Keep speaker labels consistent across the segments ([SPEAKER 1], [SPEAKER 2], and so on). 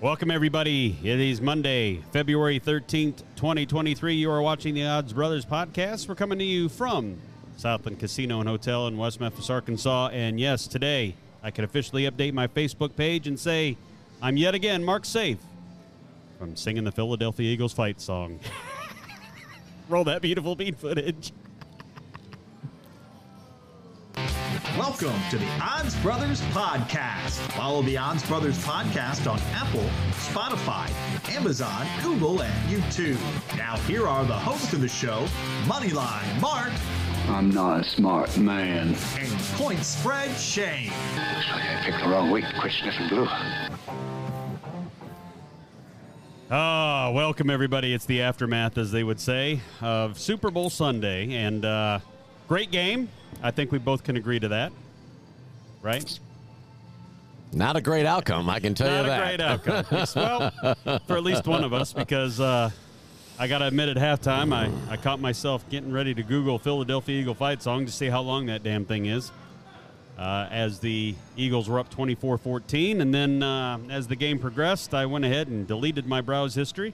[SPEAKER 1] Welcome, everybody. It is Monday, February 13th, 2023. You are watching the Odds Brothers podcast. We're coming to you from Southland Casino and Hotel in West Memphis, Arkansas. And yes, today I can officially update my Facebook page and say I'm yet again Mark Safe from singing the Philadelphia Eagles fight song. Roll that beautiful beat footage.
[SPEAKER 2] Welcome to the Odds Brothers Podcast. Follow the Odds Brothers Podcast on Apple, Spotify, Amazon, Google, and YouTube. Now, here are the hosts of the show Moneyline Mark
[SPEAKER 3] I'm not a smart man.
[SPEAKER 2] and Point Spread Shane.
[SPEAKER 3] Looks like I picked the wrong week to quit sniffing glue.
[SPEAKER 1] Ah, welcome everybody. It's the aftermath, as they would say, of Super Bowl Sunday, and uh, great game. I think we both can agree to that, right?
[SPEAKER 4] Not a great outcome, I can tell
[SPEAKER 1] Not
[SPEAKER 4] you that.
[SPEAKER 1] a great outcome. Yes, well, for at least one of us, because uh, I got to admit, at halftime, I, I caught myself getting ready to Google Philadelphia Eagle fight song to see how long that damn thing is. Uh, as the Eagles were up 24 14. And then uh, as the game progressed, I went ahead and deleted my browse history.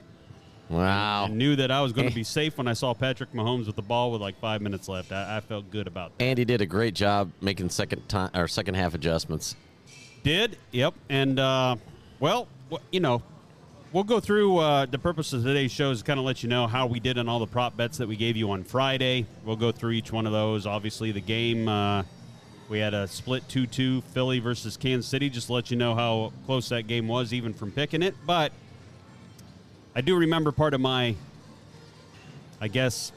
[SPEAKER 4] Wow.
[SPEAKER 1] I knew that I was going
[SPEAKER 4] Eh.
[SPEAKER 1] to be safe when I saw Patrick Mahomes with the ball with like five minutes left. I, I felt good about that.
[SPEAKER 4] Andy did a great job making second time or second half adjustments.
[SPEAKER 1] Did yep, and uh, well, wh- you know, we'll go through uh, the purpose of today's show is kind of let you know how we did on all the prop bets that we gave you on Friday. We'll go through each one of those. Obviously, the game uh, we had a split two-two Philly versus Kansas City. Just to let you know how close that game was, even from picking it, but. I do remember part of my, I guess,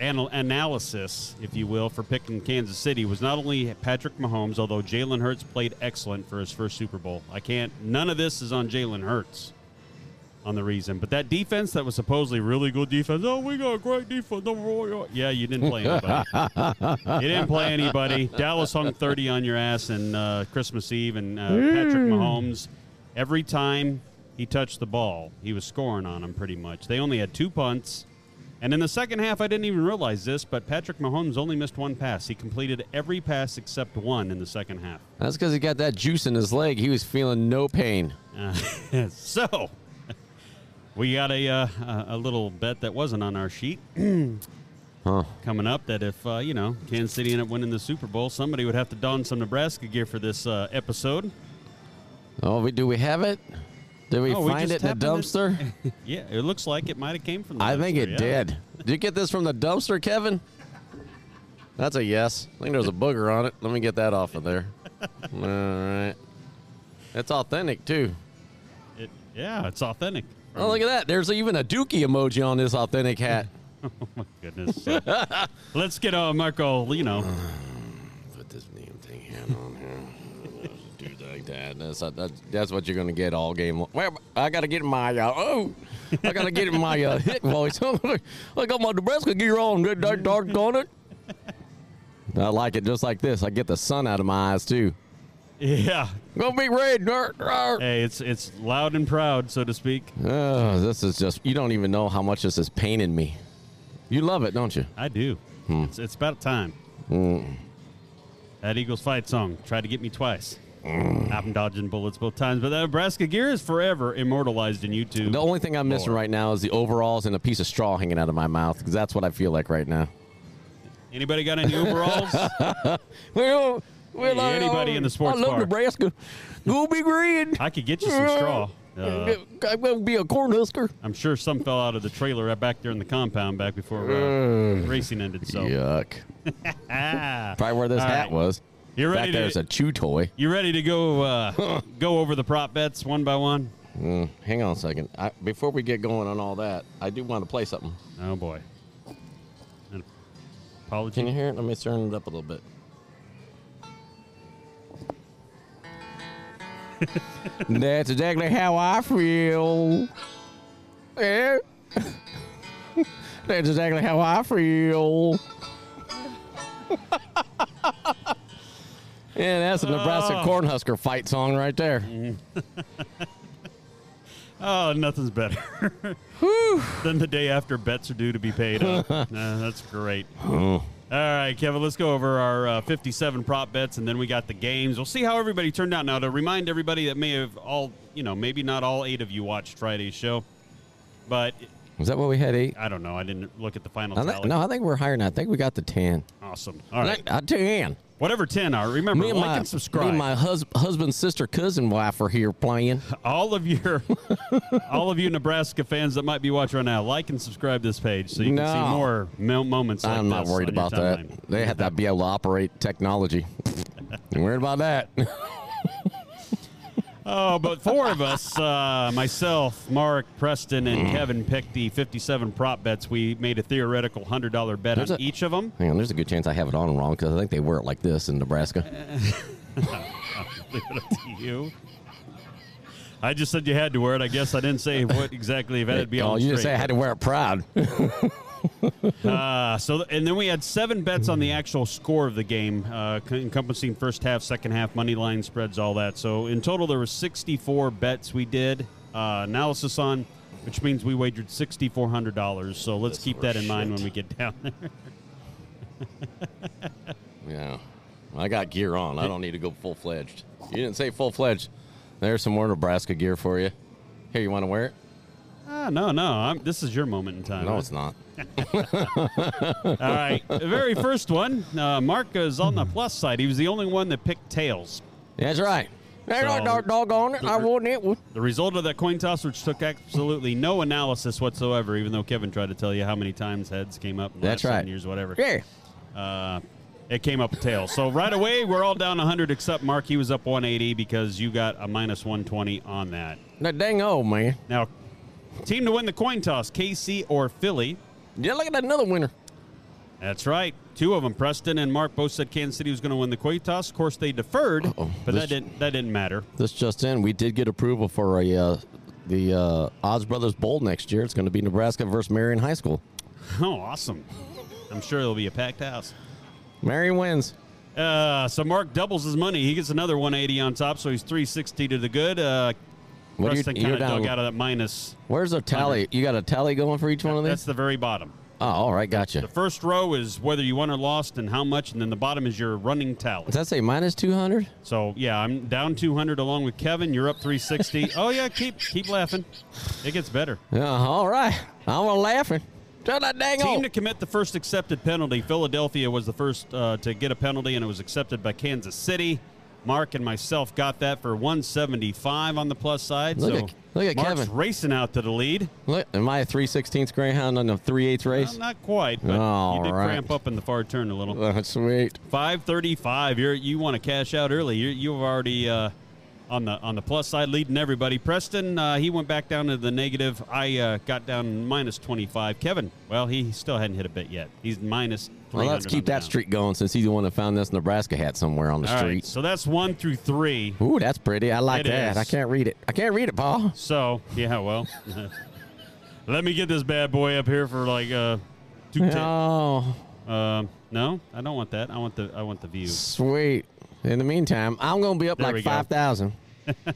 [SPEAKER 1] anal- analysis, if you will, for picking Kansas City was not only Patrick Mahomes, although Jalen Hurts played excellent for his first Super Bowl. I can't, none of this is on Jalen Hurts on the reason, but that defense that was supposedly really good defense, oh, we got a great defense. oh, oh, oh." Yeah, you didn't play anybody. you didn't play anybody. Dallas hung 30 on your ass and uh, Christmas Eve, and uh, Patrick Mahomes, every time he touched the ball, he was scoring on them pretty much. They only had two punts. And in the second half, I didn't even realize this, but Patrick Mahomes only missed one pass. He completed every pass except one in the second half.
[SPEAKER 4] That's because he got that juice in his leg. He was feeling no pain.
[SPEAKER 1] Uh, so we got a uh, a- a little bet that wasn't on our sheet
[SPEAKER 4] Huh.
[SPEAKER 1] coming up that if uh, you know Kansas City ended up winning the Super Bowl, somebody would have to don some Nebraska gear for this uh, episode.
[SPEAKER 4] Oh, we do we have it? Did we
[SPEAKER 1] Oh, we
[SPEAKER 4] find
[SPEAKER 1] just
[SPEAKER 4] it in the
[SPEAKER 1] happened to-
[SPEAKER 4] dumpster?
[SPEAKER 1] Yeah, it looks like it might have came from. The
[SPEAKER 4] I think
[SPEAKER 1] dumpster,
[SPEAKER 4] it
[SPEAKER 1] yeah.
[SPEAKER 4] did. Did you get this from the dumpster, Kevin? That's a yes. I think there was a booger on it. Let me get that off of there. All right. It's authentic too.
[SPEAKER 1] It- yeah, it's authentic.
[SPEAKER 4] Oh, look at that. There's even a dookie emoji on this authentic hat.
[SPEAKER 1] Oh my goodness. So, let's get uh, Marco. You know,
[SPEAKER 4] put this damn thing here and on here. Dude, like that. That's, that's, that's what you're gonna get all game. long. Well, I gotta get my uh, oh, I gotta get my uh, hit voice. I got my Nebraska gear on. Good dark, dark on it. I like it just like this. I get the sun out of my eyes too.
[SPEAKER 1] yeah.
[SPEAKER 4] Gonna be red. dark, dark.
[SPEAKER 1] Hey, it's it's loud and proud, so to speak.
[SPEAKER 4] Oh, this is just. You don't even know how much this is paining me. You love it, don't you?
[SPEAKER 1] I do. It's, it's about time. That Eagles fight song tried to get me twice. I'm dodging bullets both times, but that Nebraska gear is forever immortalized in YouTube.
[SPEAKER 4] The only thing I'm missing right now is the overalls and a piece of straw hanging out of my mouth because that's what I feel like right now.
[SPEAKER 1] Anybody got any overalls?
[SPEAKER 4] Well, well,
[SPEAKER 1] Hey,
[SPEAKER 4] I-
[SPEAKER 1] anybody
[SPEAKER 4] I-
[SPEAKER 1] in the sports
[SPEAKER 4] I love
[SPEAKER 1] bar.
[SPEAKER 4] Nebraska. Go Big Red.
[SPEAKER 1] I could get you some straw. Uh,
[SPEAKER 4] I'm gonna be a cornhusker.
[SPEAKER 1] I'm sure some fell out of the trailer right back there in the compound back before uh, racing ended. So,
[SPEAKER 4] Yuck.
[SPEAKER 1] ah,
[SPEAKER 4] Probably where this
[SPEAKER 1] All
[SPEAKER 4] hat
[SPEAKER 1] right.
[SPEAKER 4] was.
[SPEAKER 1] You
[SPEAKER 4] Back
[SPEAKER 1] ready to-
[SPEAKER 4] there's a chew toy.
[SPEAKER 1] you ready to go uh, go over the prop bets one by one?
[SPEAKER 4] Hang on a second. I, before we get going on all that, I do want to play something.
[SPEAKER 1] Oh boy. An apology.
[SPEAKER 4] Can you hear it? Let me turn it up a little bit. That's exactly how I feel. Yeah. That's exactly how I feel. yeah, that's a Nebraska Cornhusker fight song right there.
[SPEAKER 1] Oh, nothing's better than the day after bets are due to be paid. Up. Nah, that's great.
[SPEAKER 4] Oh.
[SPEAKER 1] All right, Kevin, let's go over our uh, 57 prop bets, and then we got the games. We'll see how everybody turned out. Now, to remind everybody that may have all, you know, maybe not all eight of you watched Friday's show, but
[SPEAKER 4] Was that what we had eight?
[SPEAKER 1] I don't know. I didn't look at the final
[SPEAKER 4] I
[SPEAKER 1] tally.
[SPEAKER 4] think, no, I think we're higher now. I think we got the ten.
[SPEAKER 1] Awesome. All right.
[SPEAKER 4] I, I ten.
[SPEAKER 1] Whatever 10 are, remember,
[SPEAKER 4] Me and
[SPEAKER 1] like
[SPEAKER 4] my
[SPEAKER 1] and subscribe.
[SPEAKER 4] me and my hus- husband, sister, cousin, wife are here playing.
[SPEAKER 1] all of your all of you Nebraska fans that might be watching right now, like and subscribe this page so you can
[SPEAKER 4] No.
[SPEAKER 1] see more mo- moments like
[SPEAKER 4] I'm not
[SPEAKER 1] this
[SPEAKER 4] worried
[SPEAKER 1] on your
[SPEAKER 4] about that.
[SPEAKER 1] timeline.
[SPEAKER 4] They have to be able to operate technology. I'm worried about that.
[SPEAKER 1] Oh, but four of us, uh, myself, Mark, Preston,
[SPEAKER 4] Mm.
[SPEAKER 1] and Kevin, picked the 57 prop bets. We made a theoretical $100 bet
[SPEAKER 4] There's
[SPEAKER 1] on
[SPEAKER 4] a-
[SPEAKER 1] each of them.
[SPEAKER 4] Hang on, there's a good chance I have it on wrong because I think they wear it like this in Nebraska.
[SPEAKER 1] Leave it up to you. I just said you had to wear it. I guess I didn't say what exactly if it had to be
[SPEAKER 4] oh,
[SPEAKER 1] on
[SPEAKER 4] you just say I
[SPEAKER 1] straight.
[SPEAKER 4] had to wear it proud.
[SPEAKER 1] Uh, so, th- and then we had seven bets on the
[SPEAKER 4] Hmm.
[SPEAKER 1] actual score of the game, uh, c- encompassing first half, second half, money line spreads, all that. So, in total, there were 64 bets we did uh, analysis on, which means we wagered $6,400. So, let's
[SPEAKER 4] That's
[SPEAKER 1] keep
[SPEAKER 4] our
[SPEAKER 1] that in mind
[SPEAKER 4] shit.
[SPEAKER 1] when we get down there.
[SPEAKER 4] yeah, I got gear on. I don't need to go full fledged. You didn't say full fledged. There's some more Nebraska gear for you. Here, you want to wear it?
[SPEAKER 1] Ah, no, no, I'm, this is your moment in time.
[SPEAKER 4] No, it's not.
[SPEAKER 1] All right, the very first one, uh, Mark is on
[SPEAKER 4] Hmm.
[SPEAKER 1] the plus side. He was the only one that picked tails.
[SPEAKER 4] That's right. There's
[SPEAKER 1] So-
[SPEAKER 4] a dark dog on it. I wouldn't it. would.
[SPEAKER 1] The result of that coin toss, which took absolutely no analysis whatsoever, even though Kevin tried to tell you how many times heads came up. In the
[SPEAKER 4] That's
[SPEAKER 1] last seven
[SPEAKER 4] right.
[SPEAKER 1] Years, whatever.
[SPEAKER 4] Yeah.
[SPEAKER 1] Uh, it came up a tail. So right away, we're all down 100 except Mark. He was up 180 because you got a minus 120 on that.
[SPEAKER 4] That dang old man.
[SPEAKER 1] Now, team to win the coin toss: KC or Philly.
[SPEAKER 4] Yeah, look at that another winner.
[SPEAKER 1] That's right. Two of them, Preston and Mark, both said Kansas City was going to win the coin toss. Of course, they deferred,
[SPEAKER 4] Uh-oh.
[SPEAKER 1] but
[SPEAKER 4] This-
[SPEAKER 1] that didn't that didn't matter.
[SPEAKER 4] This just in, we did get approval for a uh, the uh, Oz Brothers Bowl next year. It's going to be Nebraska versus Marion High School.
[SPEAKER 1] Oh, awesome! I'm sure it'll be a packed house.
[SPEAKER 4] Marion wins.
[SPEAKER 1] Uh, so Mark doubles his money. He gets another 180 on top, so he's 360 to the good. Uh,
[SPEAKER 4] What do you-
[SPEAKER 1] Preston
[SPEAKER 4] you're
[SPEAKER 1] kind of
[SPEAKER 4] down-
[SPEAKER 1] dug out of that minus.
[SPEAKER 4] Where's the tally? You got a tally going for each one of
[SPEAKER 1] That's
[SPEAKER 4] these?
[SPEAKER 1] the very bottom.
[SPEAKER 4] Oh, all right,
[SPEAKER 1] The
[SPEAKER 4] gotcha.
[SPEAKER 1] first row is whether you won or lost and how much, and then the bottom is your running tally.
[SPEAKER 4] Does that say minus two hundred?
[SPEAKER 1] So yeah, I'm down 200 along with Kevin. You're up 360. oh yeah, keep keep laughing. It gets better.
[SPEAKER 4] Yeah, all right. I'm laughing. Tell that dang
[SPEAKER 1] Team
[SPEAKER 4] old.
[SPEAKER 1] to commit the first accepted penalty. Philadelphia was the first uh, to get a penalty, and it was accepted by Kansas City. Mark and myself got that for 175 on the plus side.
[SPEAKER 4] Look
[SPEAKER 1] so
[SPEAKER 4] at- look at
[SPEAKER 1] Mark's
[SPEAKER 4] Kevin.
[SPEAKER 1] racing out to the lead.
[SPEAKER 4] Look, am I a three sixteenths Greyhound on a three eighths
[SPEAKER 1] Well,
[SPEAKER 4] race?
[SPEAKER 1] not quite, but
[SPEAKER 4] All
[SPEAKER 1] you did
[SPEAKER 4] right.
[SPEAKER 1] cramp up in the far turn a little.
[SPEAKER 4] That's Oh, sweet.
[SPEAKER 1] 535 you're you want to cash out early you you've already uh, on the on the plus side leading everybody preston uh, he went back down to the negative i uh, got down minus 25 kevin well he still hadn't hit a bit yet he's minus
[SPEAKER 4] Well, let's
[SPEAKER 1] 300
[SPEAKER 4] keep
[SPEAKER 1] on the
[SPEAKER 4] that
[SPEAKER 1] down.
[SPEAKER 4] streak going since he's the one that found this Nebraska hat somewhere on the
[SPEAKER 1] all right
[SPEAKER 4] street.
[SPEAKER 1] so that's one through three
[SPEAKER 4] Ooh, that's pretty. I like
[SPEAKER 1] It
[SPEAKER 4] that.
[SPEAKER 1] is.
[SPEAKER 4] I can't read it. I can't read it, Paul.
[SPEAKER 1] so yeah well let me get this bad boy up here for like uh two ten.
[SPEAKER 4] Oh,
[SPEAKER 1] Um, no i don't want that i want the i want the view
[SPEAKER 4] sweet. In the meantime, I'm going to be up
[SPEAKER 1] There we
[SPEAKER 4] like
[SPEAKER 1] go.
[SPEAKER 4] 5,000. then I'm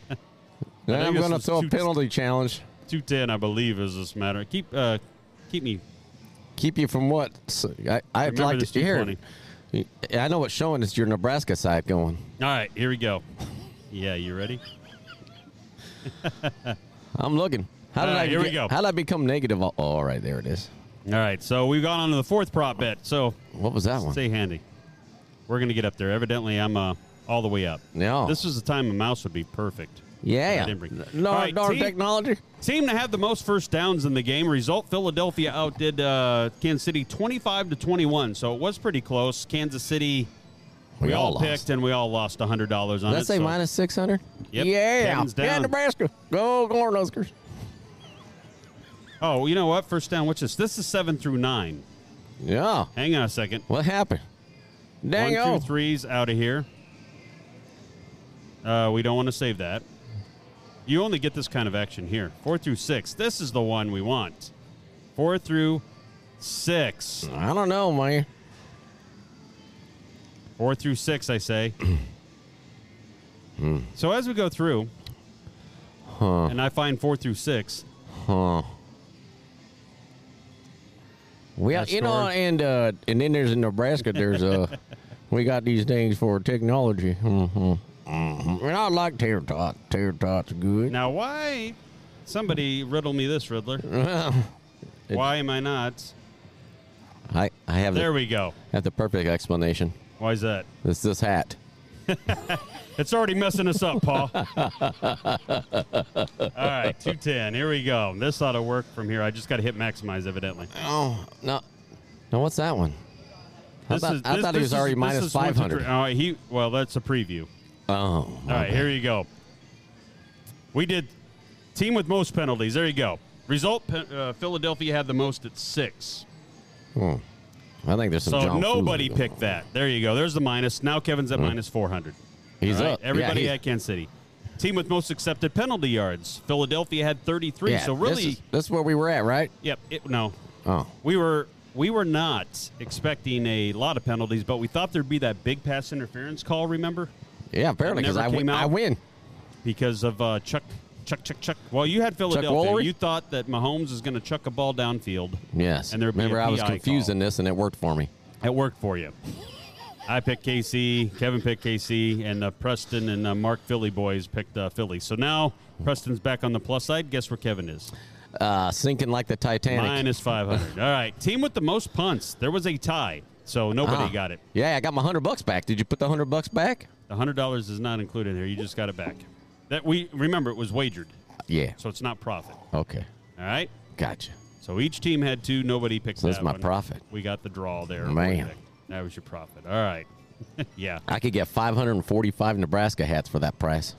[SPEAKER 1] this
[SPEAKER 4] going to
[SPEAKER 1] was
[SPEAKER 4] throw
[SPEAKER 1] too-
[SPEAKER 4] a penalty challenge.
[SPEAKER 1] 210 i believe is this matter keep uh keep me
[SPEAKER 4] Keep you from what? S- I, would
[SPEAKER 1] Remember
[SPEAKER 4] like to
[SPEAKER 1] this
[SPEAKER 4] hear. it. I know what's showing. It's your Nebraska side going.
[SPEAKER 1] All right, here we go. Yeah, you ready?
[SPEAKER 4] I'm looking. How did
[SPEAKER 1] All right,
[SPEAKER 4] I
[SPEAKER 1] here we
[SPEAKER 4] get-
[SPEAKER 1] go.
[SPEAKER 4] How did I become negative? Oh, all right, there it is.
[SPEAKER 1] All right, so we've gone on to the fourth prop bet. So
[SPEAKER 4] What was that one?
[SPEAKER 1] stay handy. We're gonna get up there. Evidently, I'm uh, all the way up.
[SPEAKER 4] No.
[SPEAKER 1] This is the time a mouse would be perfect. I
[SPEAKER 4] yeah.
[SPEAKER 1] didn't bring-
[SPEAKER 4] No,
[SPEAKER 1] All right,
[SPEAKER 4] no
[SPEAKER 1] team-
[SPEAKER 4] technology.
[SPEAKER 1] Team to have the most first downs in the game. Result: Philadelphia outdid uh, Kansas City 25 to 21. So it was pretty close. Kansas City. We,
[SPEAKER 4] We all
[SPEAKER 1] all,
[SPEAKER 4] lost.
[SPEAKER 1] picked and we all lost $100 on it.
[SPEAKER 4] Let's say
[SPEAKER 1] so-
[SPEAKER 4] minus 600.
[SPEAKER 1] Yep,
[SPEAKER 4] Yeah.
[SPEAKER 1] Kevin's
[SPEAKER 4] Yeah,
[SPEAKER 1] down.
[SPEAKER 4] Nebraska. Go Cornhuskers.
[SPEAKER 1] Oh, you know what? First down, which is this is 7 through 9.
[SPEAKER 4] Yeah.
[SPEAKER 1] Hang on a second.
[SPEAKER 4] What happened? Dang
[SPEAKER 1] One,
[SPEAKER 4] oh.
[SPEAKER 1] two, three's out of here. Uh, we don't want to save that. You only get this kind of action here. Four through six. This is the one we want. Four through six.
[SPEAKER 4] I don't know, man.
[SPEAKER 1] Four through six, I say. so as we go through, and I find four through six,
[SPEAKER 4] Huh. Well,
[SPEAKER 1] That
[SPEAKER 4] you know,
[SPEAKER 1] storage-
[SPEAKER 4] and uh, and then there's in Nebraska. There's uh, we got these things for technology. Mm-hmm. hmm And I like tater tot. Tater tots are good.
[SPEAKER 1] Now, why? Somebody riddle me this, Riddler. why am I not?
[SPEAKER 4] I I have
[SPEAKER 1] There
[SPEAKER 4] the,
[SPEAKER 1] we go.
[SPEAKER 4] have the perfect explanation.
[SPEAKER 1] Why is that?
[SPEAKER 4] It's this hat.
[SPEAKER 1] It's already messing us up, Paul. All right, 210. Here we go. This ought to work from here. I just got to hit maximize, evidently.
[SPEAKER 4] Oh no, no! What's that one? I
[SPEAKER 1] This
[SPEAKER 4] thought, I thought he was already
[SPEAKER 1] this
[SPEAKER 4] minus
[SPEAKER 1] is one, two,
[SPEAKER 4] five hundred.
[SPEAKER 1] three. All right, he, well, that's a preview.
[SPEAKER 4] Oh,
[SPEAKER 1] All right, here you go. We did team with most penalties. There you go. Result Pe- uh, Philadelphia had the most at six.
[SPEAKER 4] I think there's some.
[SPEAKER 1] So
[SPEAKER 4] John
[SPEAKER 1] nobody
[SPEAKER 4] Food.
[SPEAKER 1] picked that. There you go. There's the minus. Now Kevin's at minus 400.
[SPEAKER 4] He's
[SPEAKER 1] All right,
[SPEAKER 4] up. Yeah,
[SPEAKER 1] Everybody
[SPEAKER 4] he's-
[SPEAKER 1] at Kansas City. Team with most accepted penalty yards. Philadelphia had 33.
[SPEAKER 4] yeah,
[SPEAKER 1] so
[SPEAKER 4] this
[SPEAKER 1] really,
[SPEAKER 4] is- this is where we were at, right?
[SPEAKER 1] yep. It, no,
[SPEAKER 4] Oh,
[SPEAKER 1] we were we were not expecting a lot of penalties, but we thought there'd be that big pass interference call. Remember,
[SPEAKER 4] yeah. Apparently, because
[SPEAKER 1] never
[SPEAKER 4] I, win-
[SPEAKER 1] came out.
[SPEAKER 4] I win.
[SPEAKER 1] because of uh, Chuck Chuck Chuck Chuck. Well, you had Philadelphia.
[SPEAKER 4] Woolery?
[SPEAKER 1] You thought that Mahomes was going to chuck a ball downfield.
[SPEAKER 4] Yes.
[SPEAKER 1] And there'd be a
[SPEAKER 4] remember I was
[SPEAKER 1] PI call.
[SPEAKER 4] confusing this, and it worked for me.
[SPEAKER 1] It worked for you. I picked KC. Kevin picked KC, and uh, Preston and uh, Mark Philly boys picked uh, Philly. So now Preston's back on the plus side. Guess where Kevin is?
[SPEAKER 4] Uh, sinking like the Titanic.
[SPEAKER 1] Minus 500. All right. Team with the most punts. There was a tie, so nobody
[SPEAKER 4] Ah.
[SPEAKER 1] got it.
[SPEAKER 4] Yeah, I got my hundred bucks back. Did you put the hundred bucks back?
[SPEAKER 1] The hundred dollars is not included here. You just got it back. That we remember it was wagered,
[SPEAKER 4] Yeah.
[SPEAKER 1] so it's not profit.
[SPEAKER 4] Okay.
[SPEAKER 1] All right.
[SPEAKER 4] Gotcha.
[SPEAKER 1] So each team had two. Nobody picked.
[SPEAKER 4] So that's
[SPEAKER 1] that
[SPEAKER 4] my
[SPEAKER 1] one.
[SPEAKER 4] profit.
[SPEAKER 1] We got the draw there.
[SPEAKER 4] Man.
[SPEAKER 1] What do you think? that was your profit. All right. yeah.
[SPEAKER 4] I could get 545 Nebraska hats for that price.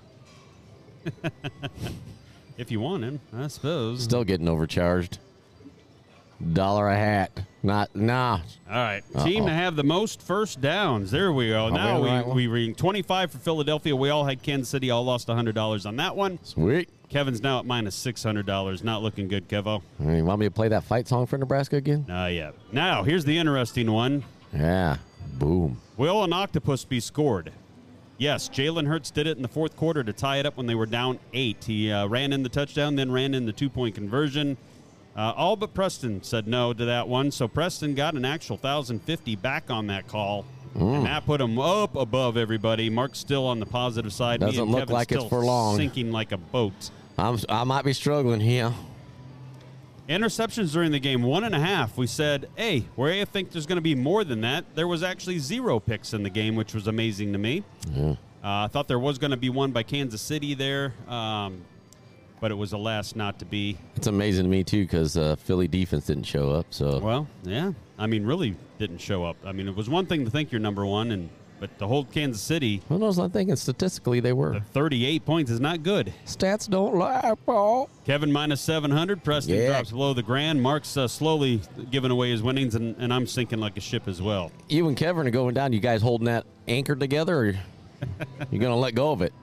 [SPEAKER 1] If you want him, I suppose.
[SPEAKER 4] Still getting overcharged. Dollar a hat. Not nah.
[SPEAKER 1] All right. Team to have the most first downs. There we go. now
[SPEAKER 4] we
[SPEAKER 1] we
[SPEAKER 4] on the right one?
[SPEAKER 1] we ring twenty-five for Philadelphia. We all had Kansas City. All lost hundred dollars on that one.
[SPEAKER 4] Sweet.
[SPEAKER 1] Kevin's now at minus six hundred dollars. Not looking good, Kevo.
[SPEAKER 4] Hey, You want me to play that fight song for Nebraska again?
[SPEAKER 1] Nah, yeah. Now here's the interesting one.
[SPEAKER 4] Yeah. Boom.
[SPEAKER 1] Will an octopus be scored? Yes, Jalen Hurts did it in the fourth quarter to tie it up when they were down eight. He uh, ran in the touchdown, then ran in the two point conversion. Uh, all but Preston said no to that one, so Preston got an actual 1,050 back on that call, and that put him up above everybody. Mark's still on the positive side. Me
[SPEAKER 4] Doesn't
[SPEAKER 1] and
[SPEAKER 4] look
[SPEAKER 1] Kevin's
[SPEAKER 4] like it's
[SPEAKER 1] still
[SPEAKER 4] for long.
[SPEAKER 1] Sinking like a boat.
[SPEAKER 4] I'm I might be struggling here.
[SPEAKER 1] Interceptions during the game, one and a half. We said, hey, where you think there's going to be more than that? There was actually zero picks in the game, which was amazing to me. Uh, I thought there was going to be one by Kansas City there, um, but it was the last not to be.
[SPEAKER 4] It's amazing to me too because uh, Philly defense didn't show up. So
[SPEAKER 1] Well, yeah. I mean, really didn't show up. I mean, it was one thing to think you're number one, and but to hold Kansas City
[SPEAKER 4] who knows? I'm thinking statistically they were.
[SPEAKER 1] at 38 points is not good.
[SPEAKER 4] Stats don't lie, Paul.
[SPEAKER 1] Kevin minus 700. Preston
[SPEAKER 4] Yeah.
[SPEAKER 1] drops below the grand. Mark's uh, slowly giving away his winnings, and, and I'm sinking like a ship as well.
[SPEAKER 4] You and Kevin are going down. You guys holding that anchor together, or you're gonna let go of it?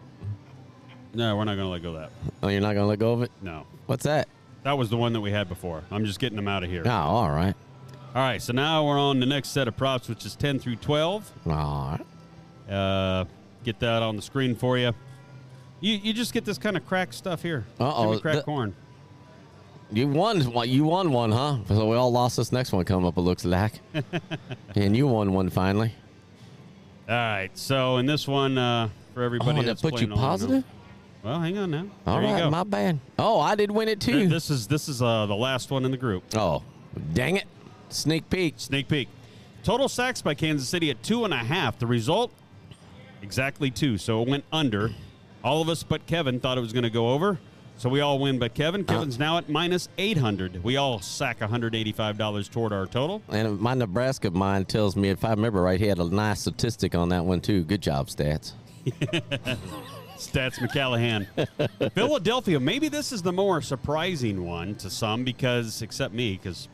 [SPEAKER 1] No, we're not going to let go of that.
[SPEAKER 4] Oh, you're not gonna let go of it.
[SPEAKER 1] No.
[SPEAKER 4] What's that?
[SPEAKER 1] That was the one that we had before. I'm just getting them out of here.
[SPEAKER 4] Oh, all right.
[SPEAKER 1] All right, so now we're on the next set of props, which is 10 through 12.
[SPEAKER 4] All right.
[SPEAKER 1] Uh, get that on the screen for you. You, you just get this kind of crack stuff here.
[SPEAKER 4] Uh-oh,
[SPEAKER 1] Jimmy Crack
[SPEAKER 4] the-
[SPEAKER 1] corn.
[SPEAKER 4] You won one. You won one, huh? So we all lost this next one. Come up, it looks like. and you won one finally.
[SPEAKER 1] All right, so in this one, uh, for
[SPEAKER 4] Oh,
[SPEAKER 1] everybody
[SPEAKER 4] and
[SPEAKER 1] that's
[SPEAKER 4] that put you
[SPEAKER 1] playing along,
[SPEAKER 4] positive.
[SPEAKER 1] no- Well, hang on now.
[SPEAKER 4] All
[SPEAKER 1] there you
[SPEAKER 4] right,
[SPEAKER 1] go.
[SPEAKER 4] my bad. Oh, I did win it
[SPEAKER 1] Th-
[SPEAKER 4] too.
[SPEAKER 1] This is this is uh, the last one in the group.
[SPEAKER 4] oh, dang it! Sneak peek.
[SPEAKER 1] Sneak peek. Total sacks by Kansas City at two and a half. The result, exactly two. So it went under. All of us but Kevin thought it was going to go over. So we all win but Kevin.
[SPEAKER 4] Uh-huh.
[SPEAKER 1] Kevin's now at minus 800. We all sack $185 toward our total.
[SPEAKER 4] And my Nebraska mind tells me, if I remember right, he had a nice statistic on that one too. Good job, stats.
[SPEAKER 1] Stats McCallahan. Philadelphia, maybe this is the more surprising one to some because, except me, because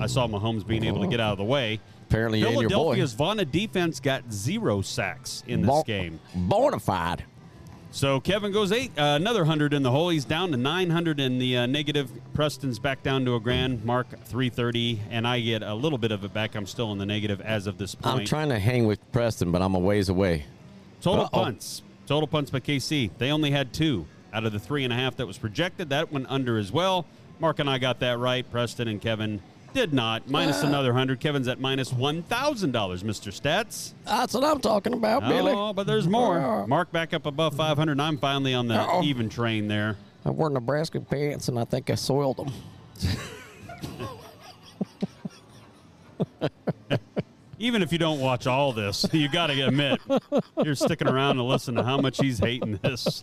[SPEAKER 1] I saw Mahomes being able to get out of the way.
[SPEAKER 4] Apparently, you and your boy.
[SPEAKER 1] Philadelphia's Vonna defense got zero sacks in this
[SPEAKER 4] Bon-
[SPEAKER 1] game.
[SPEAKER 4] Bonafide.
[SPEAKER 1] So Kevin goes eight, uh, another 100 in the hole. He's down to 900 in the uh, negative. Preston's back down to a grand. Mark 330, and I get a little bit of it back. I'm still in the negative as of this point.
[SPEAKER 4] I'm trying to hang with Preston, but I'm a ways away.
[SPEAKER 1] Total
[SPEAKER 4] Uh-oh.
[SPEAKER 1] punts. Total punts by KC. They only had two out of the three and a half that was projected. That went under as well. Mark and I got that right. Preston and Kevin Did not.
[SPEAKER 4] Ah.
[SPEAKER 1] Minus another 100. Kevin's at minus $1,000, Mr. Stats.
[SPEAKER 4] That's what I'm talking about, Billy.
[SPEAKER 1] Oh, but there's more.
[SPEAKER 4] Ah.
[SPEAKER 1] Mark back up above 500. I'm finally on the
[SPEAKER 4] Uh-oh.
[SPEAKER 1] even train there.
[SPEAKER 4] I wore Nebraska pants and I think I soiled them.
[SPEAKER 1] Even if you don't watch all this, you got to admit you're sticking around to listen to how much he's hating this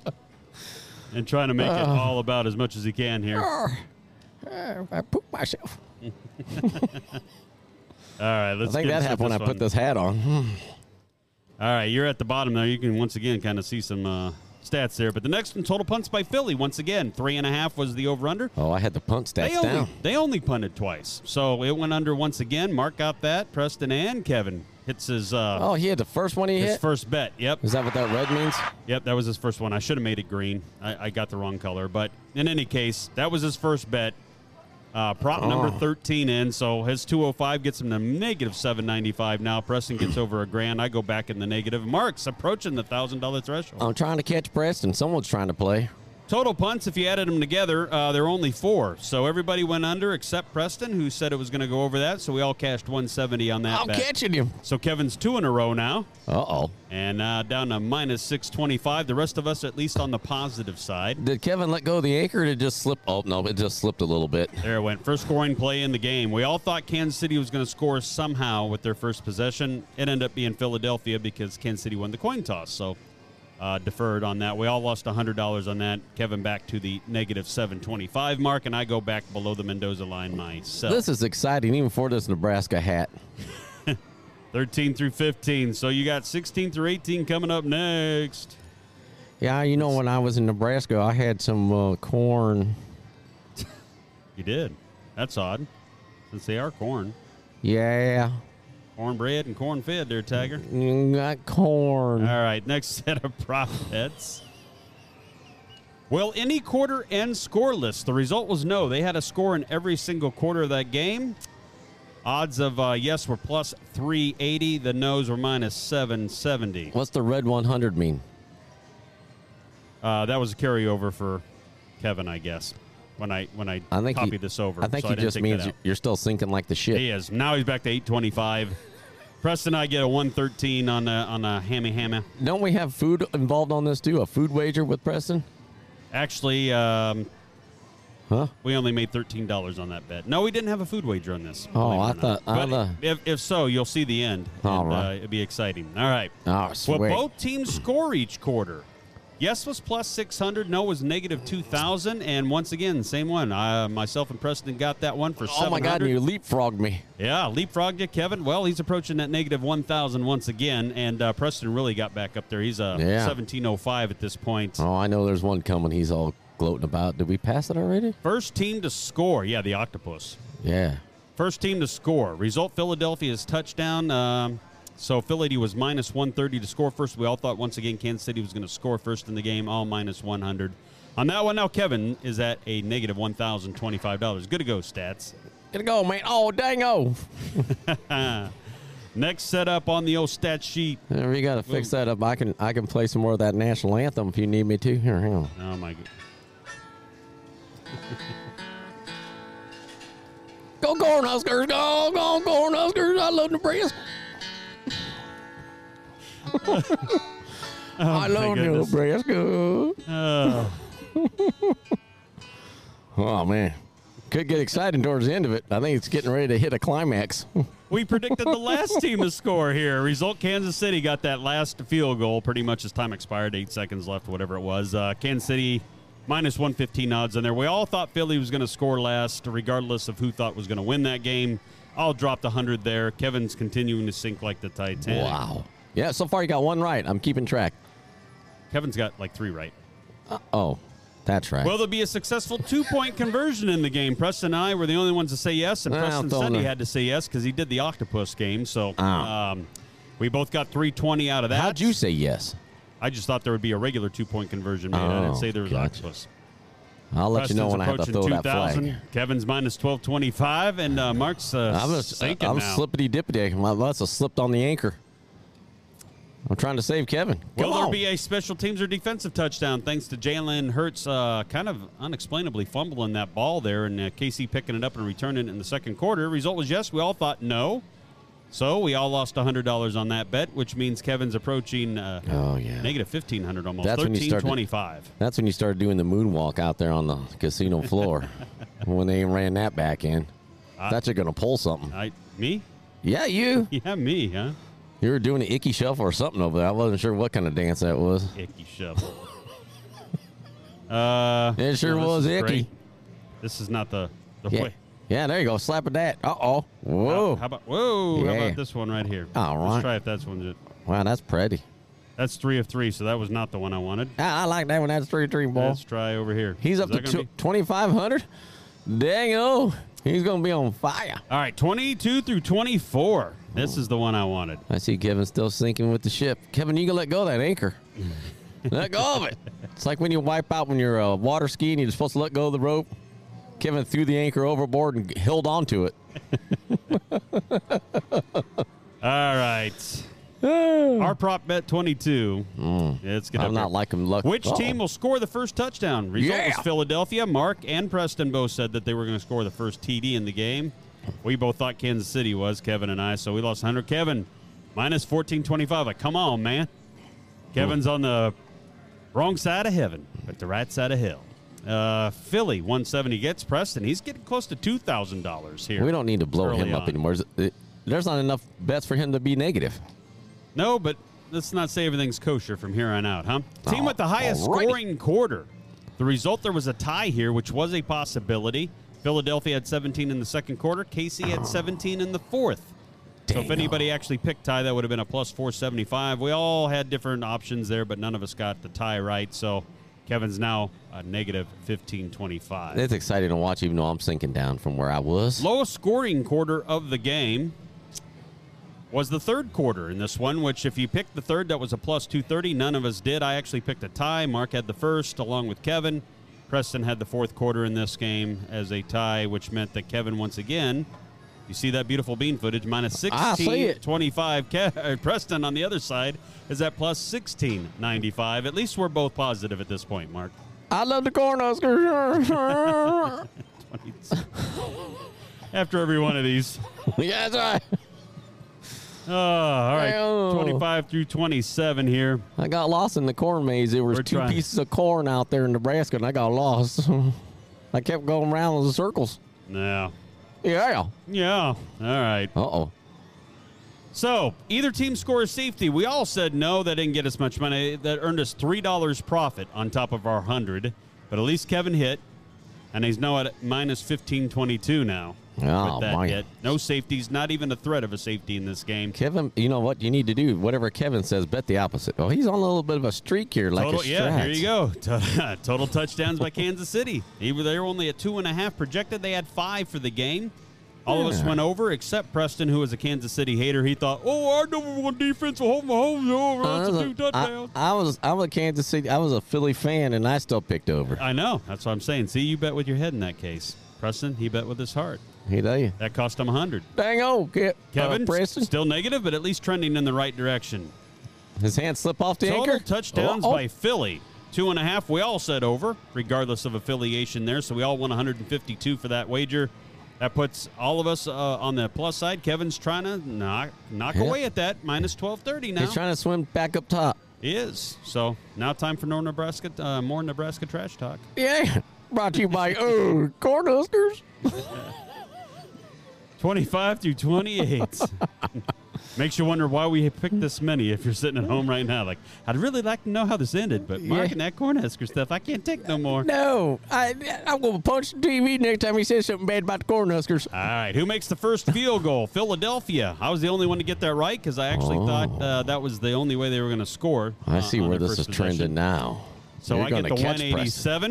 [SPEAKER 1] and trying to make it
[SPEAKER 4] Uh.
[SPEAKER 1] all about as much as he can here. All
[SPEAKER 4] Ah, Uh, I pooped myself.
[SPEAKER 1] right,
[SPEAKER 4] I
[SPEAKER 1] let's.
[SPEAKER 4] think
[SPEAKER 1] get
[SPEAKER 4] that
[SPEAKER 1] into
[SPEAKER 4] happened when I
[SPEAKER 1] one.
[SPEAKER 4] put this hat on.
[SPEAKER 1] All right, you're at the bottom there. You can once again kind of see some uh, stats there. But the next one, total punts by Philly. Once again, three and a half was the over under.
[SPEAKER 4] Oh, I had the punt
[SPEAKER 1] They
[SPEAKER 4] stats down.
[SPEAKER 1] only, they only punted twice, so it went under once again. Mark got that. Preston and Kevin hits his uh,
[SPEAKER 4] Oh, he had the first one he
[SPEAKER 1] his
[SPEAKER 4] hit.
[SPEAKER 1] first bet. Yep,
[SPEAKER 4] Is that what that red means?
[SPEAKER 1] Yep, that was his first one. I should have made it green. I, I got the wrong color. But in any case, that was his first bet. Uh, prop number 13 in. So his 205 gets him to negative 795 now. Preston gets over a grand. I go back in the negative. Mark's approaching the $1,000 threshold.
[SPEAKER 4] I'm trying to catch Preston. Someone's trying to play.
[SPEAKER 1] Total punts, if you added them together, uh, there were only four. So everybody went under except Preston, who said it was going to go over that. So we all cashed 170 on that
[SPEAKER 4] I'm
[SPEAKER 1] bet.
[SPEAKER 4] catching him.
[SPEAKER 1] So Kevin's two in a row now.
[SPEAKER 4] Uh oh.
[SPEAKER 1] And uh, down to minus 625. The rest of us, at least on the positive side.
[SPEAKER 4] Did Kevin let go of the anchor or did it just slip? Oh, no, it just slipped a little bit.
[SPEAKER 1] There it went. First scoring play in the game. We all thought Kansas City was going to score somehow with their first possession. It ended up being Philadelphia because Kansas City won the coin toss. So uh, deferred on that. We all lost $100 on that. Kevin back to the negative 725 mark, and I go back below the Mendoza line myself.
[SPEAKER 4] This is exciting, even for this Nebraska hat.
[SPEAKER 1] 13 through 15. So you got 16 through 18 coming up next.
[SPEAKER 4] Yeah, you know, when I was in Nebraska, I had some uh, corn.
[SPEAKER 1] You did. That's odd. Since they are corn.
[SPEAKER 4] Yeah,
[SPEAKER 1] Cornbread and corn fed there, Tiger.
[SPEAKER 4] Mm, got corn.
[SPEAKER 1] All right, next set of prop bets. Will any quarter end scoreless? The result was no. They had a score in every single quarter of that game. Odds of uh, yes were plus 380. The no's were minus 770.
[SPEAKER 4] What's the red 100 mean?
[SPEAKER 1] Uh, that was a carryover for Kevin, I guess. When I when I,
[SPEAKER 4] I think
[SPEAKER 1] copied
[SPEAKER 4] he,
[SPEAKER 1] this over,
[SPEAKER 4] I think
[SPEAKER 1] so
[SPEAKER 4] he
[SPEAKER 1] didn't
[SPEAKER 4] just
[SPEAKER 1] take that
[SPEAKER 4] means
[SPEAKER 1] out.
[SPEAKER 4] you- you're still sinking like the shit.
[SPEAKER 1] He is. Now he's back to 825. Preston, I get a 113 on a on a hammy hammer.
[SPEAKER 4] Don't we have food involved on this too? A food wager with Preston?
[SPEAKER 1] Actually, um,
[SPEAKER 4] Huh?
[SPEAKER 1] We only made thirteen dollars on that bet. No, we didn't have a food wager on this.
[SPEAKER 4] Oh,
[SPEAKER 1] believe it
[SPEAKER 4] I
[SPEAKER 1] or not.
[SPEAKER 4] thought- I
[SPEAKER 1] But
[SPEAKER 4] thought-
[SPEAKER 1] if, if so, you'll see the end.
[SPEAKER 4] All
[SPEAKER 1] and,
[SPEAKER 4] right.
[SPEAKER 1] uh, it'd be exciting. All right.
[SPEAKER 4] Oh,
[SPEAKER 1] Well,
[SPEAKER 4] sweet.
[SPEAKER 1] both teams score each quarter. Yes was plus six hundred. No was negative two thousand. And once again, same one. Uh, myself and Preston got that one for
[SPEAKER 4] oh my
[SPEAKER 1] seven
[SPEAKER 4] God!
[SPEAKER 1] hundred.
[SPEAKER 4] You leapfrogged me.
[SPEAKER 1] yeah, leapfrogged you, Kevin. Well, he's approaching that negative one thousand once again. And uh, Preston really got back up there. He's uh
[SPEAKER 4] Yeah.
[SPEAKER 1] seventeen oh five at this point.
[SPEAKER 4] Oh, I know there's one coming. He's all gloating about. Did we pass it already?
[SPEAKER 1] First team to score. Yeah, the octopus.
[SPEAKER 4] Yeah.
[SPEAKER 1] First team to score. Result Philadelphia's touchdown. Um, so Philly was minus 130 to score first. We all thought once again Kansas City was going to score first in the game, all minus 100. On that one, now Kevin is at a negative $1,025. Good to go, stats.
[SPEAKER 4] Gonna go, man. Oh, dang! Oh,
[SPEAKER 1] Next setup on the old stat sheet.
[SPEAKER 4] we gotta fix that up. I can I can play some more of that national anthem if you need me to. Here, hang on.
[SPEAKER 1] Oh, my God.
[SPEAKER 4] Go Cornhuskers! Go go Cornhuskers! I love Nebraska. I love
[SPEAKER 1] Oh, goodness.
[SPEAKER 4] Nebraska.
[SPEAKER 1] Oh,
[SPEAKER 4] Oh man, could get exciting towards the end of it. I think it's getting ready to hit a climax.
[SPEAKER 1] we predicted the last team to score here. Result Kansas City got that last field goal pretty much as time expired, eight seconds left, whatever it was. Uh, Kansas City minus 115 odds in there. We all thought Philly was going to score last, regardless of who thought was going to win that game. All dropped 100 there. Kevin's continuing to sink like the Titanic.
[SPEAKER 4] Wow. Yeah, so far you got one right. I'm keeping track.
[SPEAKER 1] Kevin's got like three right.
[SPEAKER 4] Oh, that's right.
[SPEAKER 1] Will there be a successful two point conversion in the game? Preston and I were the only ones to say yes, and
[SPEAKER 4] Well,
[SPEAKER 1] Preston
[SPEAKER 4] don't
[SPEAKER 1] said he
[SPEAKER 4] know.
[SPEAKER 1] had to say yes because he did the octopus game. So
[SPEAKER 4] Oh.
[SPEAKER 1] um, we both got 320 out of that.
[SPEAKER 4] How'd you say yes?
[SPEAKER 1] I just thought there would be a regular two point conversion made. I
[SPEAKER 4] Oh,
[SPEAKER 1] didn't say there was
[SPEAKER 4] gotcha.
[SPEAKER 1] octopus.
[SPEAKER 4] I'll let you know when I have to
[SPEAKER 1] Preston's
[SPEAKER 4] throw that
[SPEAKER 1] approaching 2,000.
[SPEAKER 4] flag.
[SPEAKER 1] Kevin's minus twelve twenty five, and uh, Mark's uh,
[SPEAKER 4] I'm, a,
[SPEAKER 1] sinking
[SPEAKER 4] I'm
[SPEAKER 1] now.
[SPEAKER 4] slippity dippity. I must have slipped on the anchor. I'm trying to save Kevin.
[SPEAKER 1] Will
[SPEAKER 4] Come
[SPEAKER 1] there
[SPEAKER 4] on.
[SPEAKER 1] be a special teams or defensive touchdown thanks to Jalen Hurts uh, kind of unexplainably fumbling that ball there and uh, KC picking it up and returning it in the second quarter? Result was yes. We all thought no. So we all lost $100 on that bet, which means Kevin's approaching uh,
[SPEAKER 4] Oh, yeah.
[SPEAKER 1] negative 1500 almost.
[SPEAKER 4] That's when you started-
[SPEAKER 1] 1325.
[SPEAKER 4] That's when you started doing the moonwalk out there on the casino floor when they ran that back in. Thought you're gonna pull something.
[SPEAKER 1] I, me?
[SPEAKER 4] yeah, you.
[SPEAKER 1] Yeah, me, huh?
[SPEAKER 4] You were doing an icky shuffle or something over there. I wasn't sure what kind of dance that was.
[SPEAKER 1] Icky shovel. uh,
[SPEAKER 4] It sure
[SPEAKER 1] this
[SPEAKER 4] was
[SPEAKER 1] is
[SPEAKER 4] icky.
[SPEAKER 1] great. This is not the, the
[SPEAKER 4] Yeah.
[SPEAKER 1] way.
[SPEAKER 4] Yeah, there you go. Slap at that. Uh oh. Whoa.
[SPEAKER 1] How, how about whoa? How
[SPEAKER 4] Yeah.
[SPEAKER 1] about this one right here?
[SPEAKER 4] All right.
[SPEAKER 1] Let's try if that's one's it.
[SPEAKER 4] wow, that's pretty.
[SPEAKER 1] That's three of three, so that was not the one I wanted.
[SPEAKER 4] I, I like that one. That's 3 3 ball.
[SPEAKER 1] Let's try over here.
[SPEAKER 4] He's
[SPEAKER 1] Is
[SPEAKER 4] up to
[SPEAKER 1] that gonna be-
[SPEAKER 4] tw- 2,500. Dang, oh. He's going to be on fire.
[SPEAKER 1] All right, 22 through 24. This is the one I wanted.
[SPEAKER 4] I see Kevin still sinking with the ship. Kevin, you can let go of that anchor. let go of it. It's like when you wipe out when you're uh, water skiing, you're supposed to let go of the rope. Kevin threw the anchor overboard and held onto it.
[SPEAKER 1] All right. Our prop bet 22. It's going to
[SPEAKER 4] Hmm. I'm not liking luck.
[SPEAKER 1] Which
[SPEAKER 4] Oh.
[SPEAKER 1] team will score the first touchdown? Result was
[SPEAKER 4] Yeah.
[SPEAKER 1] Philadelphia. Mark and Preston both said that they were going to score the first TD in the game. We both thought Kansas City was, Kevin and I, so we lost 100. Kevin, minus 1425. Like, come on, man. Kevin's on the wrong side of heaven, but the right side of hell. Uh, Philly, 170 gets Preston. He's getting close to $2,000 here.
[SPEAKER 4] We don't need to blow
[SPEAKER 1] Early
[SPEAKER 4] him up
[SPEAKER 1] on.
[SPEAKER 4] anymore. Is it- There's not enough bets for him to be negative.
[SPEAKER 1] No, but let's not say everything's kosher from here on out, huh? Team
[SPEAKER 4] Oh,
[SPEAKER 1] with the highest
[SPEAKER 4] alrighty.
[SPEAKER 1] scoring quarter. The result there was a tie here, which was a possibility. Philadelphia had 17 in the second quarter. KC had 17 in the fourth. So if
[SPEAKER 4] Dang-o.
[SPEAKER 1] anybody actually picked tie, that would have been a plus 475. We all had different options there, but none of us got the tie right. So Kevin's now a negative 1525.
[SPEAKER 4] It's exciting to watch, even though I'm sinking down from where I was.
[SPEAKER 1] Lowest scoring quarter of the game was the third quarter in this one, which if you picked the third, that was a plus 230. None of us did. I actually picked a tie. Mark had the first, along with Kevin. Preston had the fourth quarter in this game as a tie, which meant that Kevin, once again, you see that beautiful bean footage, minus
[SPEAKER 4] Ah, I see
[SPEAKER 1] 16,
[SPEAKER 4] it.
[SPEAKER 1] 25. Ke- uh, Preston on the other side is at plus 1695. At least we're both positive at this point, Mark.
[SPEAKER 4] I love the Cornhuskers.
[SPEAKER 1] After every one of these.
[SPEAKER 4] yeah, that's right.
[SPEAKER 1] Oh, all right.
[SPEAKER 4] Ayo.
[SPEAKER 1] 25 through 27 here.
[SPEAKER 4] I got lost in the corn maze. There was
[SPEAKER 1] We're
[SPEAKER 4] two
[SPEAKER 1] trying.
[SPEAKER 4] pieces of corn out there in Nebraska, and I got lost. I kept going around in circles.
[SPEAKER 1] No.
[SPEAKER 4] Yeah.
[SPEAKER 1] Yeah. All right.
[SPEAKER 4] Uh oh.
[SPEAKER 1] So either team scores safety. We all said no. That didn't get us much money. That earned us three dollars profit on top of our hundred. But at least Kevin hit, and he's now at minus fifteen twenty two now.
[SPEAKER 4] Oh,
[SPEAKER 1] with that
[SPEAKER 4] my.
[SPEAKER 1] hit. no safeties. Not even a threat of a safety in this game.
[SPEAKER 4] Kevin, you know what you need to do? Whatever Kevin says, bet the opposite. Oh, he's on a little bit of a streak here, like
[SPEAKER 1] Total,
[SPEAKER 4] a
[SPEAKER 1] yeah, here
[SPEAKER 4] Strat.
[SPEAKER 1] you go. To- Total touchdowns by Kansas City. Even they were only at two and a half projected. They had five for the game. All of us
[SPEAKER 4] Yeah.
[SPEAKER 1] went over except Preston, who was a Kansas City hater. He thought, "Oh, our number one defense will hold Mahomes over
[SPEAKER 4] I
[SPEAKER 1] us
[SPEAKER 4] was,
[SPEAKER 1] to
[SPEAKER 4] a,
[SPEAKER 1] two touchdowns."
[SPEAKER 4] I, I was I'm a Kansas City. I was a Philly fan, and I still picked over.
[SPEAKER 1] I know. That's what I'm saying. See, you bet with your head in that case. Preston, he bet with his heart.
[SPEAKER 4] Hey, tell you.
[SPEAKER 1] That cost him a hundred.
[SPEAKER 4] Dang on, Ke-
[SPEAKER 1] Kevin,
[SPEAKER 4] uh,
[SPEAKER 1] s-
[SPEAKER 4] Preston.
[SPEAKER 1] still negative, but at least trending in the right direction.
[SPEAKER 4] His hand slip off the
[SPEAKER 1] Total
[SPEAKER 4] anchor.
[SPEAKER 1] touchdowns
[SPEAKER 4] Oh, oh.
[SPEAKER 1] by Philly. Two and a half, we all said over, regardless of affiliation there. So we all won 152 for that wager. That puts all of us uh, on the plus side. Kevin's trying to knock, knock
[SPEAKER 4] Yeah.
[SPEAKER 1] away at that, minus 1230 now.
[SPEAKER 4] He's trying to swim back up top.
[SPEAKER 1] He is. So now time for more Nebraska, uh, more Nebraska trash talk.
[SPEAKER 4] Yeah. Brought to you by oh, Cornhuskers.
[SPEAKER 1] 25 through 28. Makes you wonder why we picked this many if you're sitting at home right now. Like, I'd really like to know how this ended, but Mark
[SPEAKER 4] Yeah.
[SPEAKER 1] and that Cornhusker stuff, I can't take no more.
[SPEAKER 4] No, I I'm gonna punch the TV next time he says something bad about the Cornhuskers.
[SPEAKER 1] All right, who makes the first field goal? Philadelphia. I was the only one to get that right because I actually
[SPEAKER 4] Oh.
[SPEAKER 1] thought uh, that was the only way they were going to score.
[SPEAKER 4] I
[SPEAKER 1] uh,
[SPEAKER 4] see
[SPEAKER 1] on
[SPEAKER 4] where
[SPEAKER 1] their
[SPEAKER 4] this is
[SPEAKER 1] first possession.
[SPEAKER 4] trending now.
[SPEAKER 1] So
[SPEAKER 4] You're
[SPEAKER 1] I get
[SPEAKER 4] gonna
[SPEAKER 1] the
[SPEAKER 4] catch Preston.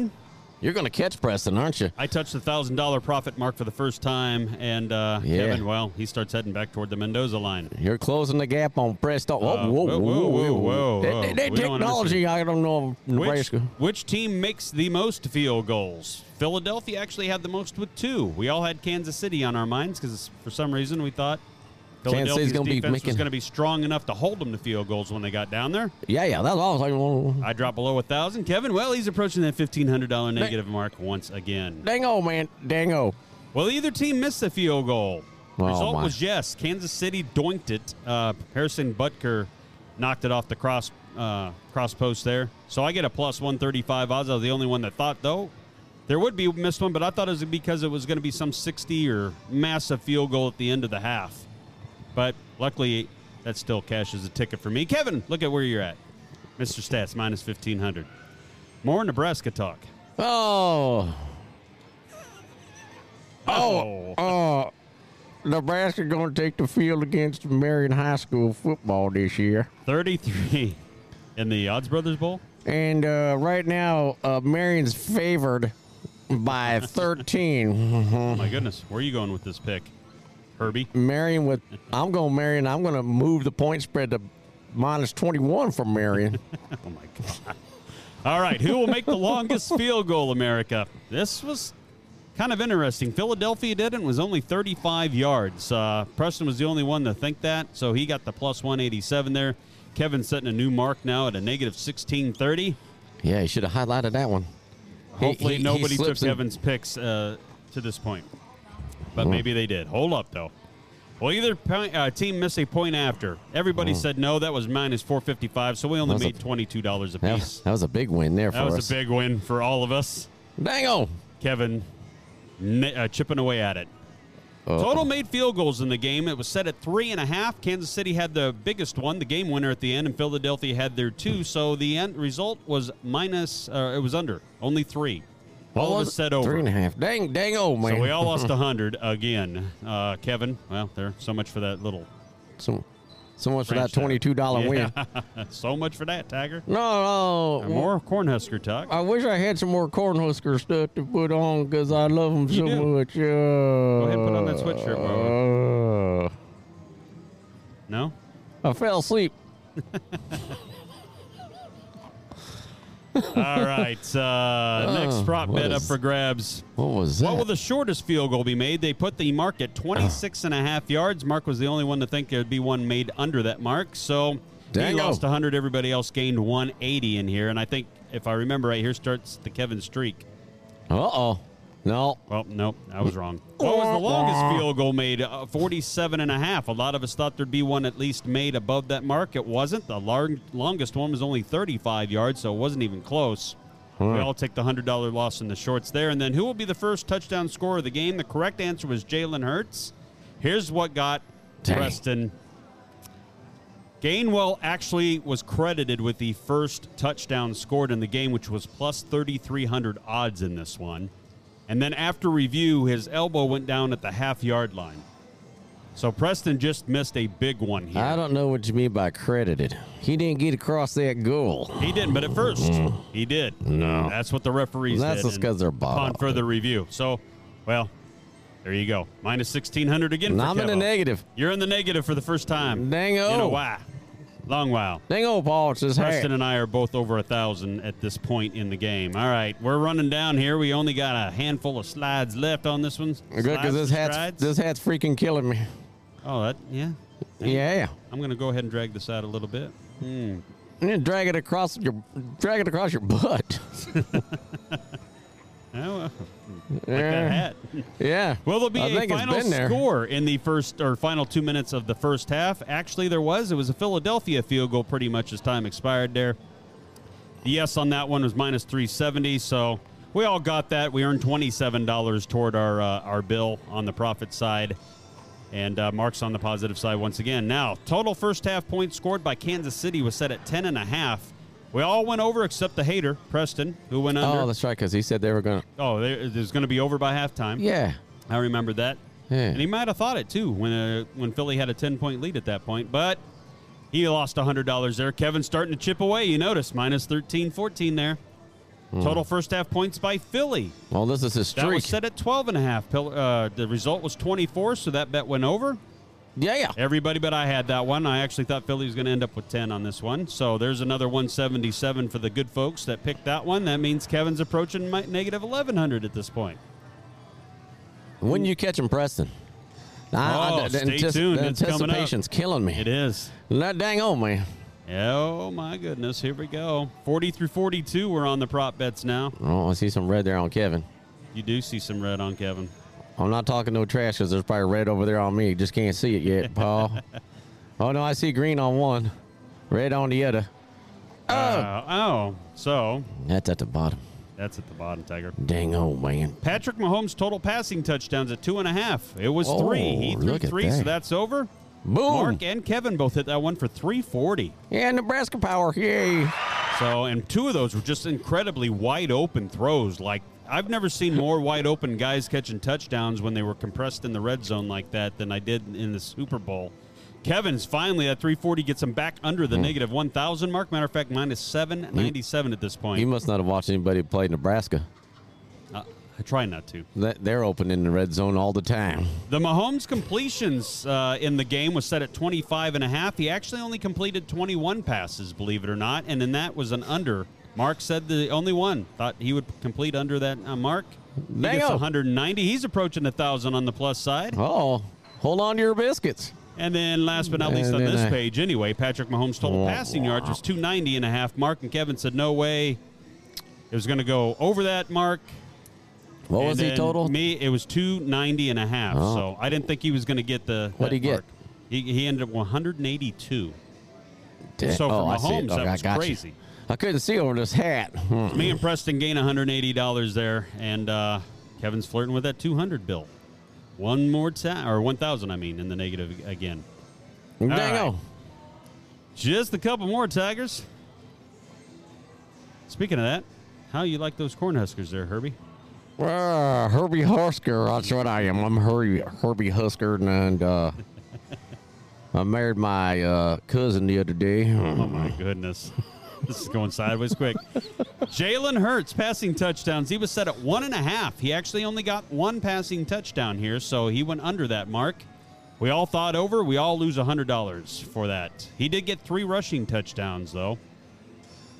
[SPEAKER 1] 187.
[SPEAKER 4] You're gonna catch Preston, aren't you?
[SPEAKER 1] I touched the thousand dollar profit mark for the first time, and uh,
[SPEAKER 4] Yeah.
[SPEAKER 1] Kevin, well, he starts heading back toward the Mendoza line.
[SPEAKER 4] You're closing the gap on Preston. Oh,
[SPEAKER 1] Uh,
[SPEAKER 4] whoa,
[SPEAKER 1] whoa,
[SPEAKER 4] whoa,
[SPEAKER 1] whoa,
[SPEAKER 4] whoa,
[SPEAKER 1] whoa, whoa,
[SPEAKER 4] That-
[SPEAKER 1] whoa.
[SPEAKER 4] That, that
[SPEAKER 1] We don't
[SPEAKER 4] technology, I don't know. if
[SPEAKER 1] Which,
[SPEAKER 4] Nebraska.
[SPEAKER 1] which team makes the most field goals? Philadelphia actually had the most with two. We all had Kansas City on our minds because for some reason we thought
[SPEAKER 4] Kansas
[SPEAKER 1] Philadelphia's
[SPEAKER 4] City's gonna be
[SPEAKER 1] defense was
[SPEAKER 4] making-
[SPEAKER 1] going to be strong enough to hold them to field goals when they got down there.
[SPEAKER 4] Yeah, yeah. That's all I was like.
[SPEAKER 1] I dropped below a thousand. Kevin, well, he's approaching that fifteen hundred dollar negative mark once again.
[SPEAKER 4] Dango, oh, man. Dango.
[SPEAKER 1] Well, either team missed the field goal.
[SPEAKER 4] Oh,
[SPEAKER 1] Result
[SPEAKER 4] my.
[SPEAKER 1] was yes. Kansas City doinked it. Uh, Harrison Butker knocked it off the cross uh, cross post there. So I get a plus one thirty five odds. I was the only one that thought though there would be a missed one, but I thought it was because it was going to be some sixty or massive field goal at the end of the half. But luckily, that still cashes a ticket for me. Kevin, look at where you're at, Mister Stats minus fifteen hundred. More Nebraska talk.
[SPEAKER 4] Oh.
[SPEAKER 1] Oh.
[SPEAKER 4] Uh, Nebraska going to take the field against Marion High School football this year.
[SPEAKER 1] 33 in the Odds Brothers Bowl.
[SPEAKER 4] And uh, right now, uh, Marion's favored by 13.
[SPEAKER 1] Oh my goodness, where are you going with this pick, Herbie?
[SPEAKER 4] Marion with, I'm going Marion. I'm going to move the point spread to minus 21 for Marion.
[SPEAKER 1] Oh my god! All right, who will make the longest field goal, America? This was kind of interesting. Philadelphia did it and was only 35 yards. Uh, Preston was the only one to think that, so he got the plus 187 there. Kevin's setting a new mark now at a negative 1630.
[SPEAKER 4] yeah, you should have highlighted that one. He-
[SPEAKER 1] Hopefully,
[SPEAKER 4] he- he
[SPEAKER 1] nobody took
[SPEAKER 4] slips and-
[SPEAKER 1] Kevin's picks uh, to this point, but maybe they did. Hold up, though. Well, either point, uh, team missed a point after. Everybody said no. That was minus four fifty five, so we only
[SPEAKER 4] That was a-
[SPEAKER 1] made twenty two dollars
[SPEAKER 4] That
[SPEAKER 1] apiece.
[SPEAKER 4] was, that was a big win there for
[SPEAKER 1] That was
[SPEAKER 4] us.
[SPEAKER 1] a big win for all of us.
[SPEAKER 4] Dango.
[SPEAKER 1] Kevin ne- uh, chipping away at it.
[SPEAKER 4] Oh.
[SPEAKER 1] Total made field goals in the game. It was set at three and a half. Kansas City had the biggest one, the game winner at the end, and Philadelphia had their two. So the end result was minus. Uh, it was under only three. All of us said over.
[SPEAKER 4] Three and a half. Dang, dang, oh, man.
[SPEAKER 1] So we all lost 100 again. Uh, Kevin, well, there, so much for that little.
[SPEAKER 4] So, so much for that
[SPEAKER 1] French there.
[SPEAKER 4] twenty-two dollar win.
[SPEAKER 1] so much for that, Tiger.
[SPEAKER 4] No, oh, no.
[SPEAKER 1] More Cornhusker talk.
[SPEAKER 4] I wish I had some more Cornhusker stuff to put on because I love them so
[SPEAKER 1] do.
[SPEAKER 4] much. Uh,
[SPEAKER 1] ahead and put on that sweatshirt, No?
[SPEAKER 4] I fell asleep.
[SPEAKER 1] All right. Uh, next prop
[SPEAKER 4] Oh, what
[SPEAKER 1] bet up
[SPEAKER 4] is-
[SPEAKER 1] for grabs.
[SPEAKER 4] What was that?
[SPEAKER 1] What will the shortest field goal be made? They put the mark at 26 and a half yards. Mark was the only one to think there'd be one made under that mark. So he
[SPEAKER 4] Dango.
[SPEAKER 1] lost 100. Everybody else gained 180 in here. And I think, if I remember right, here starts the Kevin streak.
[SPEAKER 4] uh oh. No.
[SPEAKER 1] Well, nope, I was wrong. What was the longest field goal made? Uh, 47 and a half. A lot of us thought there'd be one at least made above that mark. It wasn't. The lar- longest one was only 35 yards, so it wasn't even close. We all take the $100 loss in the shorts there. And then who will be the first touchdown scorer of the game? The correct answer was Jalen Hurts. Here's what got
[SPEAKER 4] Dang.
[SPEAKER 1] Preston. Gainwell actually was credited with the first touchdown scored in the game, which was plus 3,300 odds in this one. And then after review, his elbow went down at the half yard line. So Preston just missed a big one here.
[SPEAKER 4] I don't know what you mean by credited. He didn't get across that goal.
[SPEAKER 1] He didn't, but at first he did.
[SPEAKER 4] Mm. No.
[SPEAKER 1] that's what the referees.
[SPEAKER 4] That's
[SPEAKER 1] did,
[SPEAKER 4] just
[SPEAKER 1] and
[SPEAKER 4] 'cause they're bought
[SPEAKER 1] upon
[SPEAKER 4] up.
[SPEAKER 1] further review. So, well, there you go. Minus sixteen hundred again.
[SPEAKER 4] And
[SPEAKER 1] for
[SPEAKER 4] I'm in the
[SPEAKER 1] Kevo.
[SPEAKER 4] negative.
[SPEAKER 1] You're in the negative for the first time.
[SPEAKER 4] Dango.
[SPEAKER 1] In a while, long while.
[SPEAKER 4] Dango, Paul. It's his
[SPEAKER 1] Preston
[SPEAKER 4] hat.
[SPEAKER 1] and I are both over a thousand at this point in the game. All right, we're running down here. We only got a handful of slides left on this one.
[SPEAKER 4] Good because
[SPEAKER 1] Slides,
[SPEAKER 4] this hat's
[SPEAKER 1] strides.
[SPEAKER 4] this hat's freaking killing me.
[SPEAKER 1] Oh, that yeah.
[SPEAKER 4] Yeah.
[SPEAKER 1] I'm gonna go ahead and drag this out a little bit.
[SPEAKER 4] And then drag it across your drag it across your butt.
[SPEAKER 1] Oh, well, that
[SPEAKER 4] yeah.
[SPEAKER 1] hat.
[SPEAKER 4] yeah.
[SPEAKER 1] Will there be
[SPEAKER 4] I
[SPEAKER 1] a
[SPEAKER 4] think it's
[SPEAKER 1] final
[SPEAKER 4] been there.
[SPEAKER 1] score in the first or final two minutes of the first half? Actually, there was. It was a Philadelphia field goal pretty much as time expired there. The yes on that one was minus 370, so we all got that. We earned $27 toward our, uh, our bill on the profit side. And uh, Mark's on the positive side once again. Now, total first half points scored by Kansas City was set at 10.5. We all went over except the hater, Preston, who went
[SPEAKER 4] Oh,
[SPEAKER 1] under.
[SPEAKER 4] that's right, because he said they were gonna.
[SPEAKER 1] Oh, there there's going to be over by halftime.
[SPEAKER 4] Yeah.
[SPEAKER 1] I remember that.
[SPEAKER 4] Yeah.
[SPEAKER 1] And he might have thought it too when uh, when Philly had a 10 point lead at that point, but he lost $100 there. Kevin's starting to chip away. You notice minus 13 14 there. Total first half points by Philly.
[SPEAKER 4] Well, this is his
[SPEAKER 1] That
[SPEAKER 4] streak.
[SPEAKER 1] was set at 12 and a half. Pil- Uh, the result was 24, so that bet went over.
[SPEAKER 4] yeah, yeah.
[SPEAKER 1] Everybody but I had that one. I actually thought Philly was going to end up with 10 on this one. So there's another 177 for the good folks that picked that one. That means Kevin's approaching mi- negative 1100 at this point.
[SPEAKER 4] When you catch him, Preston? I- I-
[SPEAKER 1] Oh,
[SPEAKER 4] the
[SPEAKER 1] stay tuned.
[SPEAKER 4] The
[SPEAKER 1] It's coming up.
[SPEAKER 4] anticipation's killing me.
[SPEAKER 1] It is.
[SPEAKER 4] That dang old man.
[SPEAKER 1] Oh my goodness! Here we go. Forty through forty-two. We're on the prop bets now.
[SPEAKER 4] Oh, I see some red there on Kevin.
[SPEAKER 1] You do see some red on Kevin.
[SPEAKER 4] I'm not talking no trash because there's probably red over there on me. Just can't see it yet, Paul. oh no, I see green on one, red on the other.
[SPEAKER 1] Uh, oh, so
[SPEAKER 4] That's at the bottom.
[SPEAKER 1] that's at the bottom, Tiger.
[SPEAKER 4] Dang old man.
[SPEAKER 1] Patrick Mahomes' total passing touchdowns at two and a half. It was
[SPEAKER 4] Oh,
[SPEAKER 1] three. He threw
[SPEAKER 4] look at
[SPEAKER 1] three, so
[SPEAKER 4] that.
[SPEAKER 1] that's over.
[SPEAKER 4] Boom.
[SPEAKER 1] Mark and Kevin both hit that one for 340.
[SPEAKER 4] Yeah, Nebraska power. Yay.
[SPEAKER 1] So, and two of those were just incredibly wide open throws. Like, I've never seen more wide open guys catching touchdowns when they were compressed in the red zone like that than I did in the Super Bowl. Kevin's finally at 340 gets him back under the negative 1,000 mark. Matter of fact, minus 797 at this
[SPEAKER 4] You
[SPEAKER 1] point.
[SPEAKER 4] must not have watched anybody play Nebraska.
[SPEAKER 1] Uh, I try not to.
[SPEAKER 4] That- They're open in the red zone all the time.
[SPEAKER 1] The Mahomes completions uh, in the game was set at 25 and a half. He actually only completed 21 passes, believe it or not, and then that was an under. Mark said the only one thought he would complete under that uh, mark. He
[SPEAKER 4] There you
[SPEAKER 1] gets
[SPEAKER 4] go.
[SPEAKER 1] 190. He's approaching 1,000 on the plus side.
[SPEAKER 4] Oh, hold on to your biscuits.
[SPEAKER 1] And then last but not least
[SPEAKER 4] And
[SPEAKER 1] on
[SPEAKER 4] then
[SPEAKER 1] this
[SPEAKER 4] I-
[SPEAKER 1] page, anyway, Patrick Mahomes' total
[SPEAKER 4] Wah,
[SPEAKER 1] passing yards was 290 and a half. Mark and Kevin said, no way. It was going to go over that mark.
[SPEAKER 4] What
[SPEAKER 1] And
[SPEAKER 4] was he
[SPEAKER 1] then
[SPEAKER 4] total?
[SPEAKER 1] Me, it was 290 and a half.
[SPEAKER 4] Oh.
[SPEAKER 1] So I didn't think he was going to get the.
[SPEAKER 4] What'd
[SPEAKER 1] that
[SPEAKER 4] he get?
[SPEAKER 1] mark. He, he ended up 182.
[SPEAKER 4] Da-
[SPEAKER 1] So for
[SPEAKER 4] Oh, I see it.
[SPEAKER 1] Mahomes, that
[SPEAKER 4] I
[SPEAKER 1] was
[SPEAKER 4] got you.
[SPEAKER 1] crazy.
[SPEAKER 4] I couldn't see over this hat. Hmm.
[SPEAKER 1] Me and Preston gain $180 there, and uh, Kevin's flirting with that 200 bill. One more time, or 1,000, I mean, in the negative again.
[SPEAKER 4] Dang
[SPEAKER 1] right.
[SPEAKER 4] old.
[SPEAKER 1] Just a couple more Tigers. Speaking of that, how you like those Cornhuskers there, Herbie?
[SPEAKER 4] Ah, Herbie Husker. That's what I am. I'm Herbie, Herbie Husker, and uh, I married my uh, cousin the other day. Hmm.
[SPEAKER 1] Oh my goodness. This is going sideways quick. Jalen Hurts passing touchdowns. He was set at one and a half. He actually only got one passing touchdown here, so he went under that mark. We all thought over. We all lose $100 for that. He did get three rushing touchdowns, though.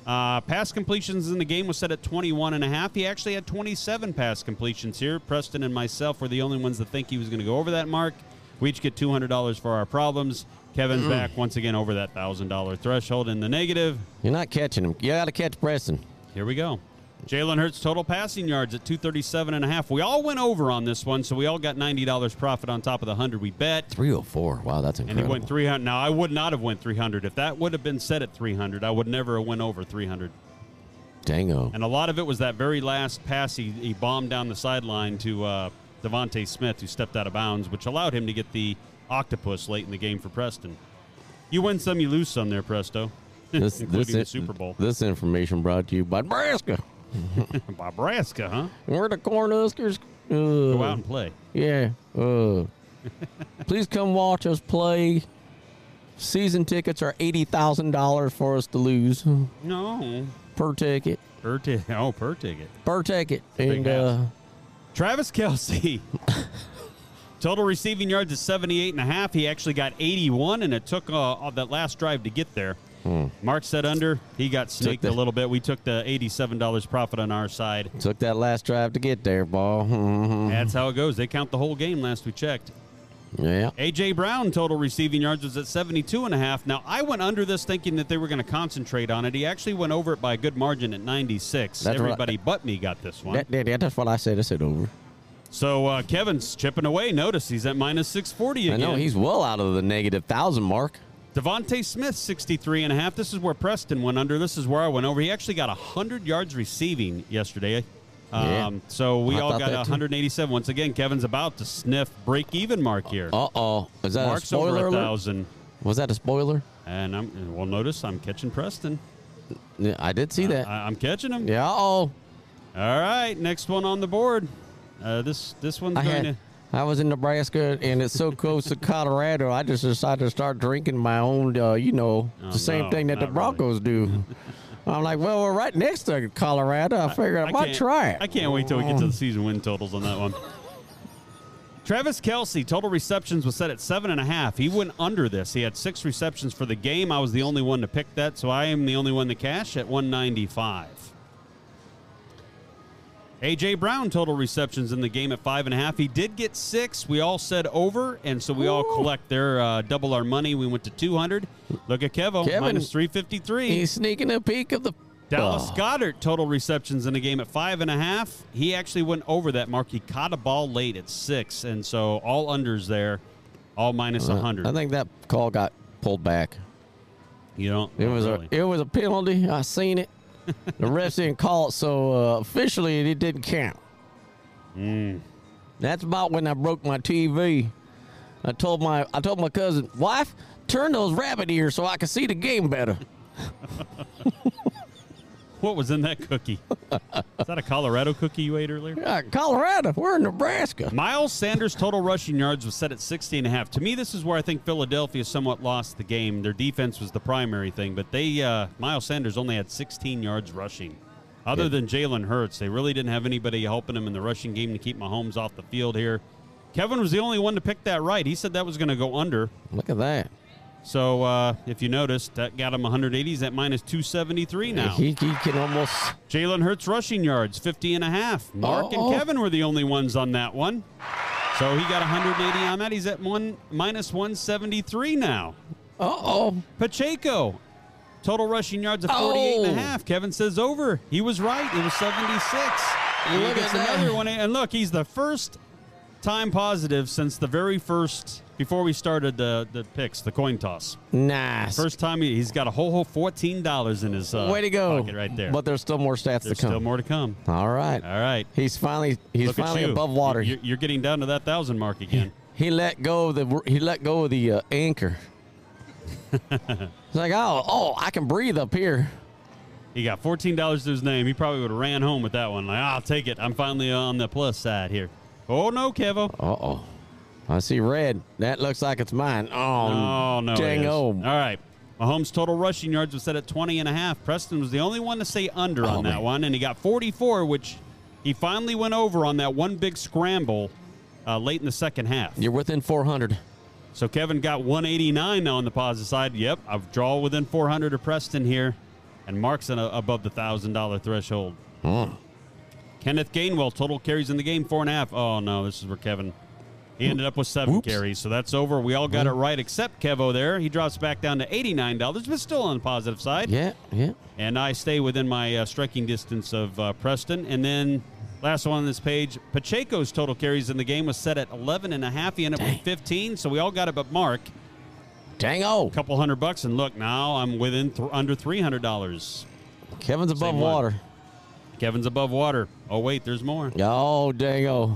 [SPEAKER 1] Uh, pass completions in the game was set at 21 and a half. He actually had 27 pass completions here. Preston and myself were the only ones that think he was going to go over that mark. We each get $200 for our problems. Kevin's back once again over that $1,000 threshold in the negative.
[SPEAKER 4] You're not catching him. You got to catch Preston.
[SPEAKER 1] Here we go. Jalen Hurts total passing yards at 237 and a half. We all went over on this one, so we all got $90 profit on top of the 100 we bet.
[SPEAKER 4] 304. Wow, that's
[SPEAKER 1] And he
[SPEAKER 4] incredible.
[SPEAKER 1] went 300. Now, I would not have went 300. If that would have been set at 300, I would never have went over 300.
[SPEAKER 4] Dango.
[SPEAKER 1] And a lot of it was that very last pass he, he bombed down the sideline to uh, Devontae Smith, who stepped out of bounds, which allowed him to get the octopus late in the game for Preston. You win some, you lose some there, Presto. Including the Super Bowl.
[SPEAKER 4] This information brought to you by Nebraska.
[SPEAKER 1] Nebraska, huh?
[SPEAKER 4] Where the Cornhuskers. Uh,
[SPEAKER 1] Go out and play.
[SPEAKER 4] Yeah. Uh, please come watch us play. Season tickets are eighty thousand dollars for us to lose
[SPEAKER 1] No.
[SPEAKER 4] per ticket.
[SPEAKER 1] Per ti- oh, per ticket.
[SPEAKER 4] Per ticket.
[SPEAKER 1] Big
[SPEAKER 4] And uh,
[SPEAKER 1] house. Travis Kelsey. Total receiving yards is 78 and a half. He actually got 81, and it took uh, all that last drive to get there. Mark said under. He got snaked
[SPEAKER 4] the-
[SPEAKER 1] a little bit. We took the $87 profit on our side.
[SPEAKER 4] took that last drive to get there, ball. Mhm.
[SPEAKER 1] That's how it goes. They count the whole game last we checked.
[SPEAKER 4] yeah.
[SPEAKER 1] A.J. Brown total receiving yards was at 72 and a half. Now, I went under this thinking that they were going to concentrate on it. He actually went over it by a good margin at 96.
[SPEAKER 4] That's what I-
[SPEAKER 1] Everybody but me got this one.
[SPEAKER 4] That, that- that's what I said. I said over.
[SPEAKER 1] So uh, Kevin's chipping away. Notice he's at minus 640
[SPEAKER 4] I
[SPEAKER 1] again.
[SPEAKER 4] know he's well out of the negative thousand mark.
[SPEAKER 1] Devontae Smith, 63 and a half. This is where Preston went under. This is where I went over. He actually got 100 yards receiving yesterday.
[SPEAKER 4] Yeah.
[SPEAKER 1] Um, So we
[SPEAKER 4] I
[SPEAKER 1] all
[SPEAKER 4] thought
[SPEAKER 1] got
[SPEAKER 4] that too.
[SPEAKER 1] 187. Once again, Kevin's about to sniff break even mark here.
[SPEAKER 4] Uh oh. Is that a
[SPEAKER 1] Mark's
[SPEAKER 4] spoiler
[SPEAKER 1] over a
[SPEAKER 4] alert?
[SPEAKER 1] thousand,
[SPEAKER 4] Was that a spoiler?
[SPEAKER 1] and I'm and well. Notice I'm catching Preston.
[SPEAKER 4] Yeah, I did see that.
[SPEAKER 1] Uh, I, I'm catching him.
[SPEAKER 4] yeah. Uh oh.
[SPEAKER 1] All right, next one on the board. Uh, this this one's
[SPEAKER 4] I
[SPEAKER 1] going
[SPEAKER 4] had.
[SPEAKER 1] to.
[SPEAKER 4] I was in Nebraska, and it's so close to Colorado. I just decided to start drinking my own, uh, you know,
[SPEAKER 1] Oh,
[SPEAKER 4] the same
[SPEAKER 1] no,
[SPEAKER 4] thing that the
[SPEAKER 1] not really.
[SPEAKER 4] Broncos do. I'm like, well, we're right next to Colorado. I figured I, might
[SPEAKER 1] can't-
[SPEAKER 4] try it. Oh.
[SPEAKER 1] I can't wait till we get to the season win totals on that one. Travis Kelsey total receptions was set at seven and a half. He went under this. He had six receptions for the game. I was the only one to pick that, so I am the only one to cash at 195. AJ Brown total receptions in the game at five and a half. He did get six. We all said over, and so we all collect their uh, double our money. We went to two hundred. Look at Kevo
[SPEAKER 4] Kevin,
[SPEAKER 1] minus three fifty three.
[SPEAKER 4] He's sneaking a peek of the
[SPEAKER 1] Dallas
[SPEAKER 4] Oh.
[SPEAKER 1] Goddard total receptions in the game at five and a half. He actually went over that mark. He caught a ball late at six, and so all unders there, all minus a hundred.
[SPEAKER 4] uh, I think that call got pulled back.
[SPEAKER 1] you don't.
[SPEAKER 4] It was
[SPEAKER 1] really.
[SPEAKER 4] a it was a penalty. I seen it. The refs didn't call it, so uh, officially it didn't count.
[SPEAKER 1] Mm.
[SPEAKER 4] That's about when I broke my TV. I told my I told my cousin, wife, turn those rabbit ears so I can see the game better.
[SPEAKER 1] what was in that cookie? Is that a Colorado cookie you ate earlier?
[SPEAKER 4] Yeah, Colorado, we're in Nebraska.
[SPEAKER 1] Miles Sanders' total rushing yards was set at 60 and a half. To me, this is where I think Philadelphia somewhat lost the game. Their defense was the primary thing, but they uh, Miles Sanders only had 16 yards rushing. Other than Jalen Hurts, they really didn't have anybody helping him in the rushing game to keep Mahomes off the field here. Kevin was the only one to pick that right. He said that was going to go under.
[SPEAKER 4] Look at that.
[SPEAKER 1] So uh, if you noticed, that got him 180s at minus 273 now.
[SPEAKER 4] He, he can almost
[SPEAKER 1] Jalen Hurts rushing yards, 50 and a half. Mark
[SPEAKER 4] Uh-oh.
[SPEAKER 1] and Kevin were the only ones on that one. So he got 180 on that. He's at one minus 173 now.
[SPEAKER 4] uh oh.
[SPEAKER 1] Pacheco, total rushing yards of 48 and a
[SPEAKER 4] Oh.
[SPEAKER 1] half. Kevin says over. He was right. It was 76. And he
[SPEAKER 4] Look at
[SPEAKER 1] gets
[SPEAKER 4] that.
[SPEAKER 1] another one. And look, he's the first time positive since the very first, before we started the, the picks, the coin toss.
[SPEAKER 4] Nice.
[SPEAKER 1] First time he, he's got a whole, whole $14 in his uh,
[SPEAKER 4] way to go.
[SPEAKER 1] pocket right there.
[SPEAKER 4] But there's still more stats
[SPEAKER 1] There's
[SPEAKER 4] to come.
[SPEAKER 1] still more to come.
[SPEAKER 4] All right.
[SPEAKER 1] All right.
[SPEAKER 4] He's finally he's
[SPEAKER 1] Look at
[SPEAKER 4] finally
[SPEAKER 1] you.
[SPEAKER 4] above water.
[SPEAKER 1] You're, you're getting down to that thousand mark again.
[SPEAKER 4] He let go of the he let go of the uh, anchor. it's like oh oh I can breathe up here.
[SPEAKER 1] He got fourteen dollars to his name. He probably would have ran home with that one. Like, I'll take it. I'm finally on the plus side here. Oh no, Kevo.
[SPEAKER 4] Uh oh, I see red. That looks like it's mine. Oh,
[SPEAKER 1] Oh no. it is. All
[SPEAKER 4] Django.
[SPEAKER 1] right. Mahomes' total rushing yards was set at 20 and a half. Preston was the only one to say under
[SPEAKER 4] Oh,
[SPEAKER 1] on that
[SPEAKER 4] man.
[SPEAKER 1] one, and he got 44, which he finally went over on that one big scramble uh, late in the second half.
[SPEAKER 4] You're within 400.
[SPEAKER 1] So Kevin got 189 now on the positive side. Yep, I draw within 400 of Preston here, and Mark's in a, above the thousand dollar threshold. Mm. Kenneth Gainwell total carries in the game four and a half. Oh no, this is where Kevin. He ended up with seven
[SPEAKER 4] Oops.
[SPEAKER 1] carries, so that's over. We all got it right except Kevo there. He drops back down to eighty nine dollars, but still on the positive side.
[SPEAKER 4] Yeah, yeah.
[SPEAKER 1] And I stay within my uh, striking distance of uh, Preston. And then last one on this page, Pacheco's total carries in the game was set at 11 and a half. He ended up with 15, so we all got it but Mark.
[SPEAKER 4] Django.
[SPEAKER 1] couple hundred bucks, and look, now I'm within th- under $300.
[SPEAKER 4] Kevin's above
[SPEAKER 1] Same one.
[SPEAKER 4] water.
[SPEAKER 1] Kevin's above water. Oh, wait, there's more. Mm.
[SPEAKER 4] Oh, Django.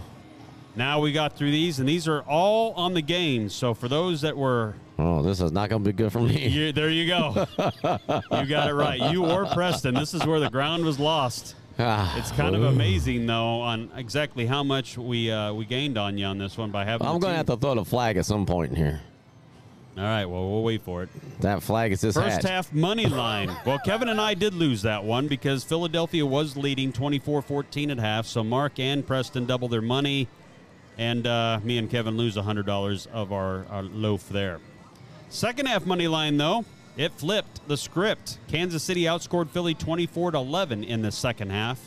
[SPEAKER 1] Now we got through these, and these are all on the game. So for those that were
[SPEAKER 4] Oh, this is not going to be good for me.
[SPEAKER 1] You, there you go. you got it right. You or Preston. This is where the ground was lost.
[SPEAKER 4] Ah,
[SPEAKER 1] It's kind of amazing, though, on exactly how much we uh, we gained on you on this one by having.
[SPEAKER 4] I'm
[SPEAKER 1] the
[SPEAKER 4] going to have
[SPEAKER 1] team.
[SPEAKER 4] to throw the flag at some point in here.
[SPEAKER 1] All right. Well, we'll wait for it.
[SPEAKER 4] That flag is this
[SPEAKER 1] First
[SPEAKER 4] hat.
[SPEAKER 1] half money line. Well, Kevin and I did lose that one because Philadelphia was leading 24-14 at half. So Mark and Preston double their money, and uh, me and Kevin lose $100 of our, our loaf there. Second half money line though, it flipped the script. Kansas City outscored Philly 24 to 11 in the second half.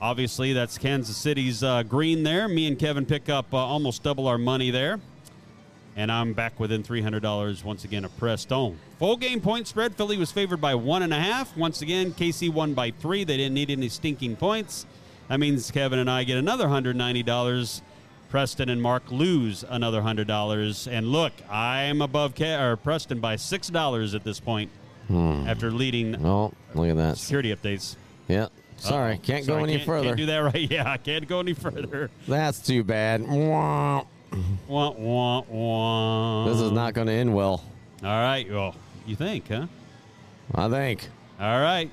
[SPEAKER 1] Obviously, that's Kansas City's uh, green there. Me and Kevin pick up uh, almost double our money there. And I'm back within $300 once again of Preston. Full game point spread. Philly was favored by one and a half. Once again, KC won by three. They didn't need any stinking points. That means Kevin and I get another $190. Preston and Mark lose another $100. And look, I'm above Ke- or Preston by $6 at this point after leading
[SPEAKER 4] Oh, look at that.
[SPEAKER 1] security updates.
[SPEAKER 4] Yeah. Sorry,
[SPEAKER 1] Uh-oh.
[SPEAKER 4] can't
[SPEAKER 1] Sorry,
[SPEAKER 4] go any
[SPEAKER 1] can't-
[SPEAKER 4] further.
[SPEAKER 1] Can't do that right. Yeah, I can't go any further.
[SPEAKER 4] That's too bad. Wah.
[SPEAKER 1] Wah, wah, wah.
[SPEAKER 4] This is not going to end well.
[SPEAKER 1] All right. Well, you think, huh?
[SPEAKER 4] I think.
[SPEAKER 1] All right.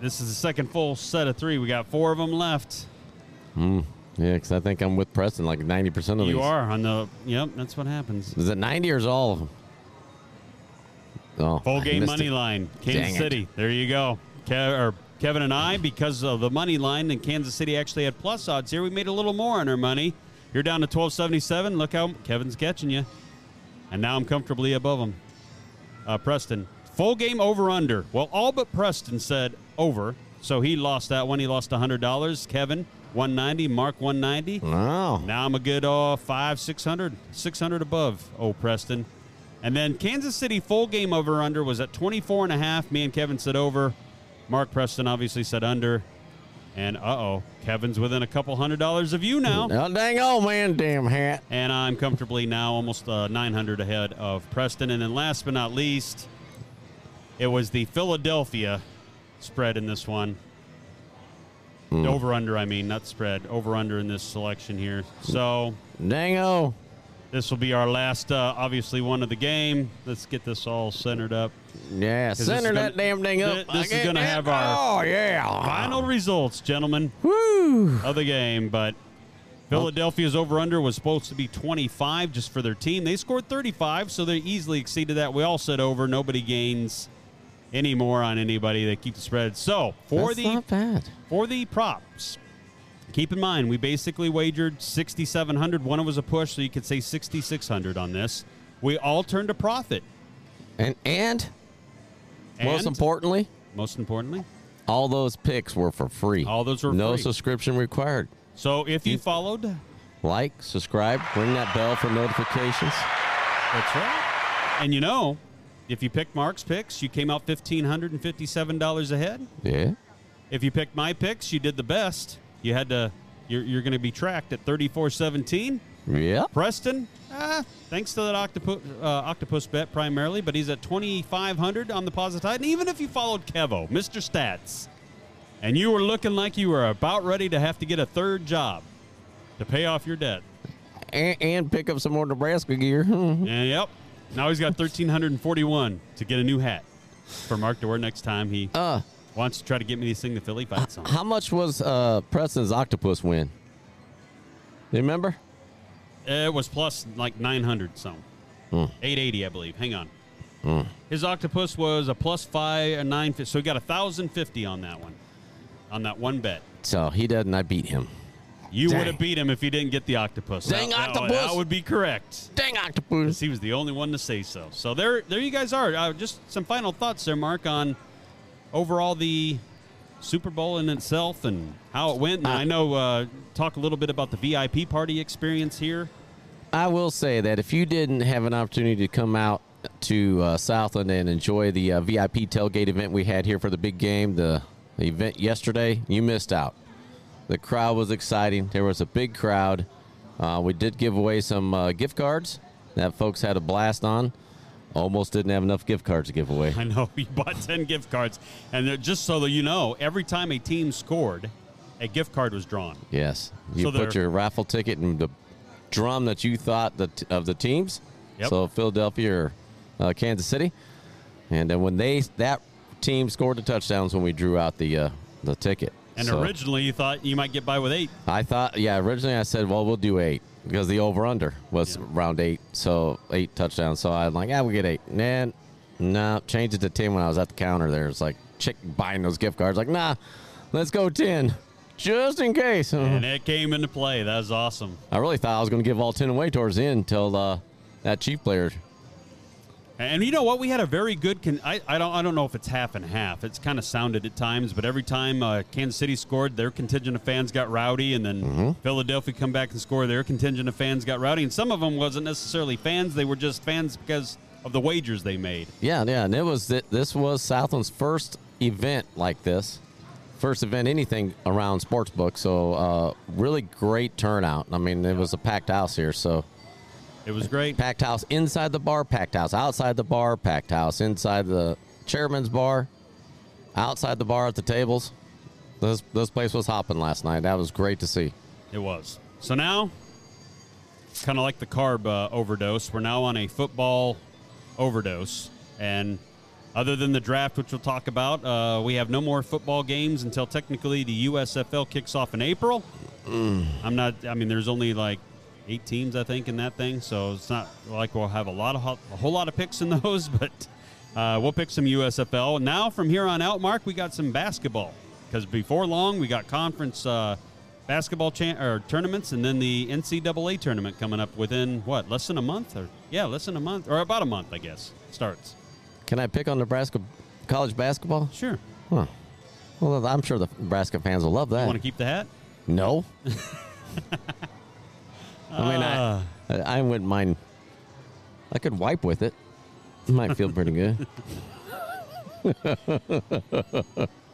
[SPEAKER 1] This is the second full set of three. We got four of them left.
[SPEAKER 4] Yeah, because I think I'm with Preston like 90% of these.
[SPEAKER 1] You are on the. Yep, that's what happens.
[SPEAKER 4] Is it 90 or is all of them? Oh,
[SPEAKER 1] Full
[SPEAKER 4] I
[SPEAKER 1] game
[SPEAKER 4] missed
[SPEAKER 1] money
[SPEAKER 4] it.
[SPEAKER 1] line,
[SPEAKER 4] Dang
[SPEAKER 1] Kansas
[SPEAKER 4] it.
[SPEAKER 1] City. There you go. Kev, or Kevin and I, because of the money line, and Kansas City actually had plus odds here. We made a little more on our money. You're down to 1277. Look how Kevin's catching you, and now I'm comfortably above him. Uh, Preston, full game over under. Well, all but Preston said over. So he lost that one. He lost hundred dollars. Kevin one ninety. Mark one ninety.
[SPEAKER 4] Wow.
[SPEAKER 1] Now I'm a good uh, five, 600, 600 above, old Preston. And then Kansas City full game over under was at 24 and a half. Me and Kevin said over. Mark Preston obviously said under. And uh oh, Kevin's within a couple hundred dollars of you now.
[SPEAKER 4] Oh, dang old man, damn hat.
[SPEAKER 1] And I'm comfortably now almost uh, 900 ahead of Preston. And then last but not least, it was the Philadelphia spread in this one. Over under, I mean, not spread. Over under in this selection here. So
[SPEAKER 4] Dang oh. old.
[SPEAKER 1] this will be our last, uh, obviously, one of the game. Let's get this all centered up.
[SPEAKER 4] Yeah,
[SPEAKER 1] this
[SPEAKER 4] center
[SPEAKER 1] is
[SPEAKER 4] that
[SPEAKER 1] gonna-
[SPEAKER 4] damn oh. thing up.
[SPEAKER 1] thi- this is
[SPEAKER 4] Like,
[SPEAKER 1] gonna
[SPEAKER 4] yeah,
[SPEAKER 1] have our
[SPEAKER 4] Oh yeah.
[SPEAKER 1] Final results, gentlemen,
[SPEAKER 4] Woo.
[SPEAKER 1] of the game. But Philadelphia's over under was supposed to be 25 just for their team. They scored 35, so they easily exceeded that. We all said over. Nobody gains any more on anybody. They keep the spread. So for
[SPEAKER 4] That's
[SPEAKER 1] the
[SPEAKER 4] not bad.
[SPEAKER 1] For the props, keep in mind we basically wagered 6,700. One of was a push, so you could say 6,600 on this. We all turned a profit.
[SPEAKER 4] And and most
[SPEAKER 1] And
[SPEAKER 4] importantly,
[SPEAKER 1] most importantly,
[SPEAKER 4] all those picks were for free.
[SPEAKER 1] All those were
[SPEAKER 4] no
[SPEAKER 1] free.
[SPEAKER 4] subscription required.
[SPEAKER 1] so if you
[SPEAKER 4] You-
[SPEAKER 1] followed,
[SPEAKER 4] Like, subscribe, ring that bell for notifications.
[SPEAKER 1] that's right. And you know, if you picked Mark's picks, you came out $1,557 ahead.
[SPEAKER 4] Yeah.
[SPEAKER 1] If you picked my picks, you did the best. You had to, you're, you're going to be tracked at 3417.
[SPEAKER 4] Yeah.
[SPEAKER 1] Preston, uh, thanks to that octopus, uh, octopus bet primarily, but he's at 2,500 on the Positide. And even if you followed Kevo, Mr. Stats, and you were looking like you were about ready to have to get a third job to pay off your debt.
[SPEAKER 4] And, and pick up some more Nebraska gear. Hmm.
[SPEAKER 1] And yep, now he's got 1,341 to get a new hat for Mark to wear next time he
[SPEAKER 4] uh,
[SPEAKER 1] wants to try to get me these thing the Philly fights on.
[SPEAKER 4] how much was uh, Preston's octopus win? You remember?
[SPEAKER 1] It was plus like 900 something. 880, I believe. Hang on. His octopus was a plus five, a nine, fif- so he got a 1,050 on that one, on that one bet.
[SPEAKER 4] So he doesn't. I beat him.
[SPEAKER 1] You
[SPEAKER 4] Dang.
[SPEAKER 1] would have beat him if he didn't get the octopus.
[SPEAKER 4] Dang
[SPEAKER 1] that, that-
[SPEAKER 4] octopus!
[SPEAKER 1] that would be correct.
[SPEAKER 4] Dang octopus.
[SPEAKER 1] He was the only one to say so. So there, there you guys are. Uh, just some final thoughts there, Mark, on overall the Super Bowl in itself and how it went. And
[SPEAKER 4] Uh,
[SPEAKER 1] I know uh, talk a little bit about the VIP party experience here.
[SPEAKER 4] I will say that if you didn't have an opportunity to come out to uh, Southland and enjoy the uh, VIP tailgate event we had here for the big game, the, the event yesterday, you missed out. The crowd was exciting. There was a big crowd. Uh, we did give away some uh, gift cards that folks had a blast on. Almost didn't have enough gift cards to give away.
[SPEAKER 1] I know you bought ten gift cards, and they're- just so that you know, every time a team scored, a gift card was drawn.
[SPEAKER 4] Yes, you
[SPEAKER 1] So
[SPEAKER 4] put
[SPEAKER 1] there-
[SPEAKER 4] your raffle ticket in the drum that you thought the t- of the teams.
[SPEAKER 1] Yep.
[SPEAKER 4] So Philadelphia or uh, Kansas City, and then when they that team scored the touchdowns when we drew out the uh, the ticket.
[SPEAKER 1] And
[SPEAKER 4] So
[SPEAKER 1] originally, you thought you might get by with eight.
[SPEAKER 4] I thought, yeah, originally I said, well, we'll do eight because the over under was
[SPEAKER 1] Yeah.
[SPEAKER 4] round eight, so eight touchdowns. So I'm like, yeah, we get eight. Man, no, changed it to ten when I was at the counter. There, it's like chick buying those gift cards. Like, nah, let's go ten, just in case.
[SPEAKER 1] And it came into play. That was awesome.
[SPEAKER 4] I really thought I was going to give all 10 away towards the end until uh, that Chief player.
[SPEAKER 1] And you know what? We had a very good. Con- I, I don't. I don't know if it's half and half. It's kind of sounded at times, but every time uh, Kansas City scored, their contingent of fans got rowdy, and then Philadelphia come back and score. Their contingent of fans got rowdy, and some of them wasn't necessarily fans. They were just fans because of the wagers they made.
[SPEAKER 4] Yeah, yeah. And it was th- this was Southland's first event like this, first event anything around sportsbook. So uh, really great turnout. I mean, it was a packed house here. So
[SPEAKER 1] It was great.
[SPEAKER 4] packed house inside the bar, packed house outside the bar, packed house inside the chairman's bar, outside the bar at the tables. This this place was hopping last night. That was great to see.
[SPEAKER 1] It was. So now, kind of like the carb uh, overdose, we're now on a football overdose. And other than the draft, which we'll talk about, uh, we have no more football games until technically the USFL kicks off in April. I'm not, I mean, there's only like eight teams, I think, in that thing. So it's not like we'll have a lot of, ho- a whole lot of picks in those, but uh, we'll pick some USFL. Now, from here on out, Mark, we got some basketball because before long, we got conference uh, basketball chan or tournaments and then the NCAA tournament coming up within what, less than a month? Or, yeah, less than a month or about a month, I guess, starts.
[SPEAKER 4] Can I pick on Nebraska college basketball?
[SPEAKER 1] Sure.
[SPEAKER 4] Huh. Well, I'm sure the Nebraska fans will love that.
[SPEAKER 1] Want to keep the hat?
[SPEAKER 4] No. I mean,
[SPEAKER 1] Uh,
[SPEAKER 4] I, I wouldn't mind. I could wipe with it. It might feel pretty good.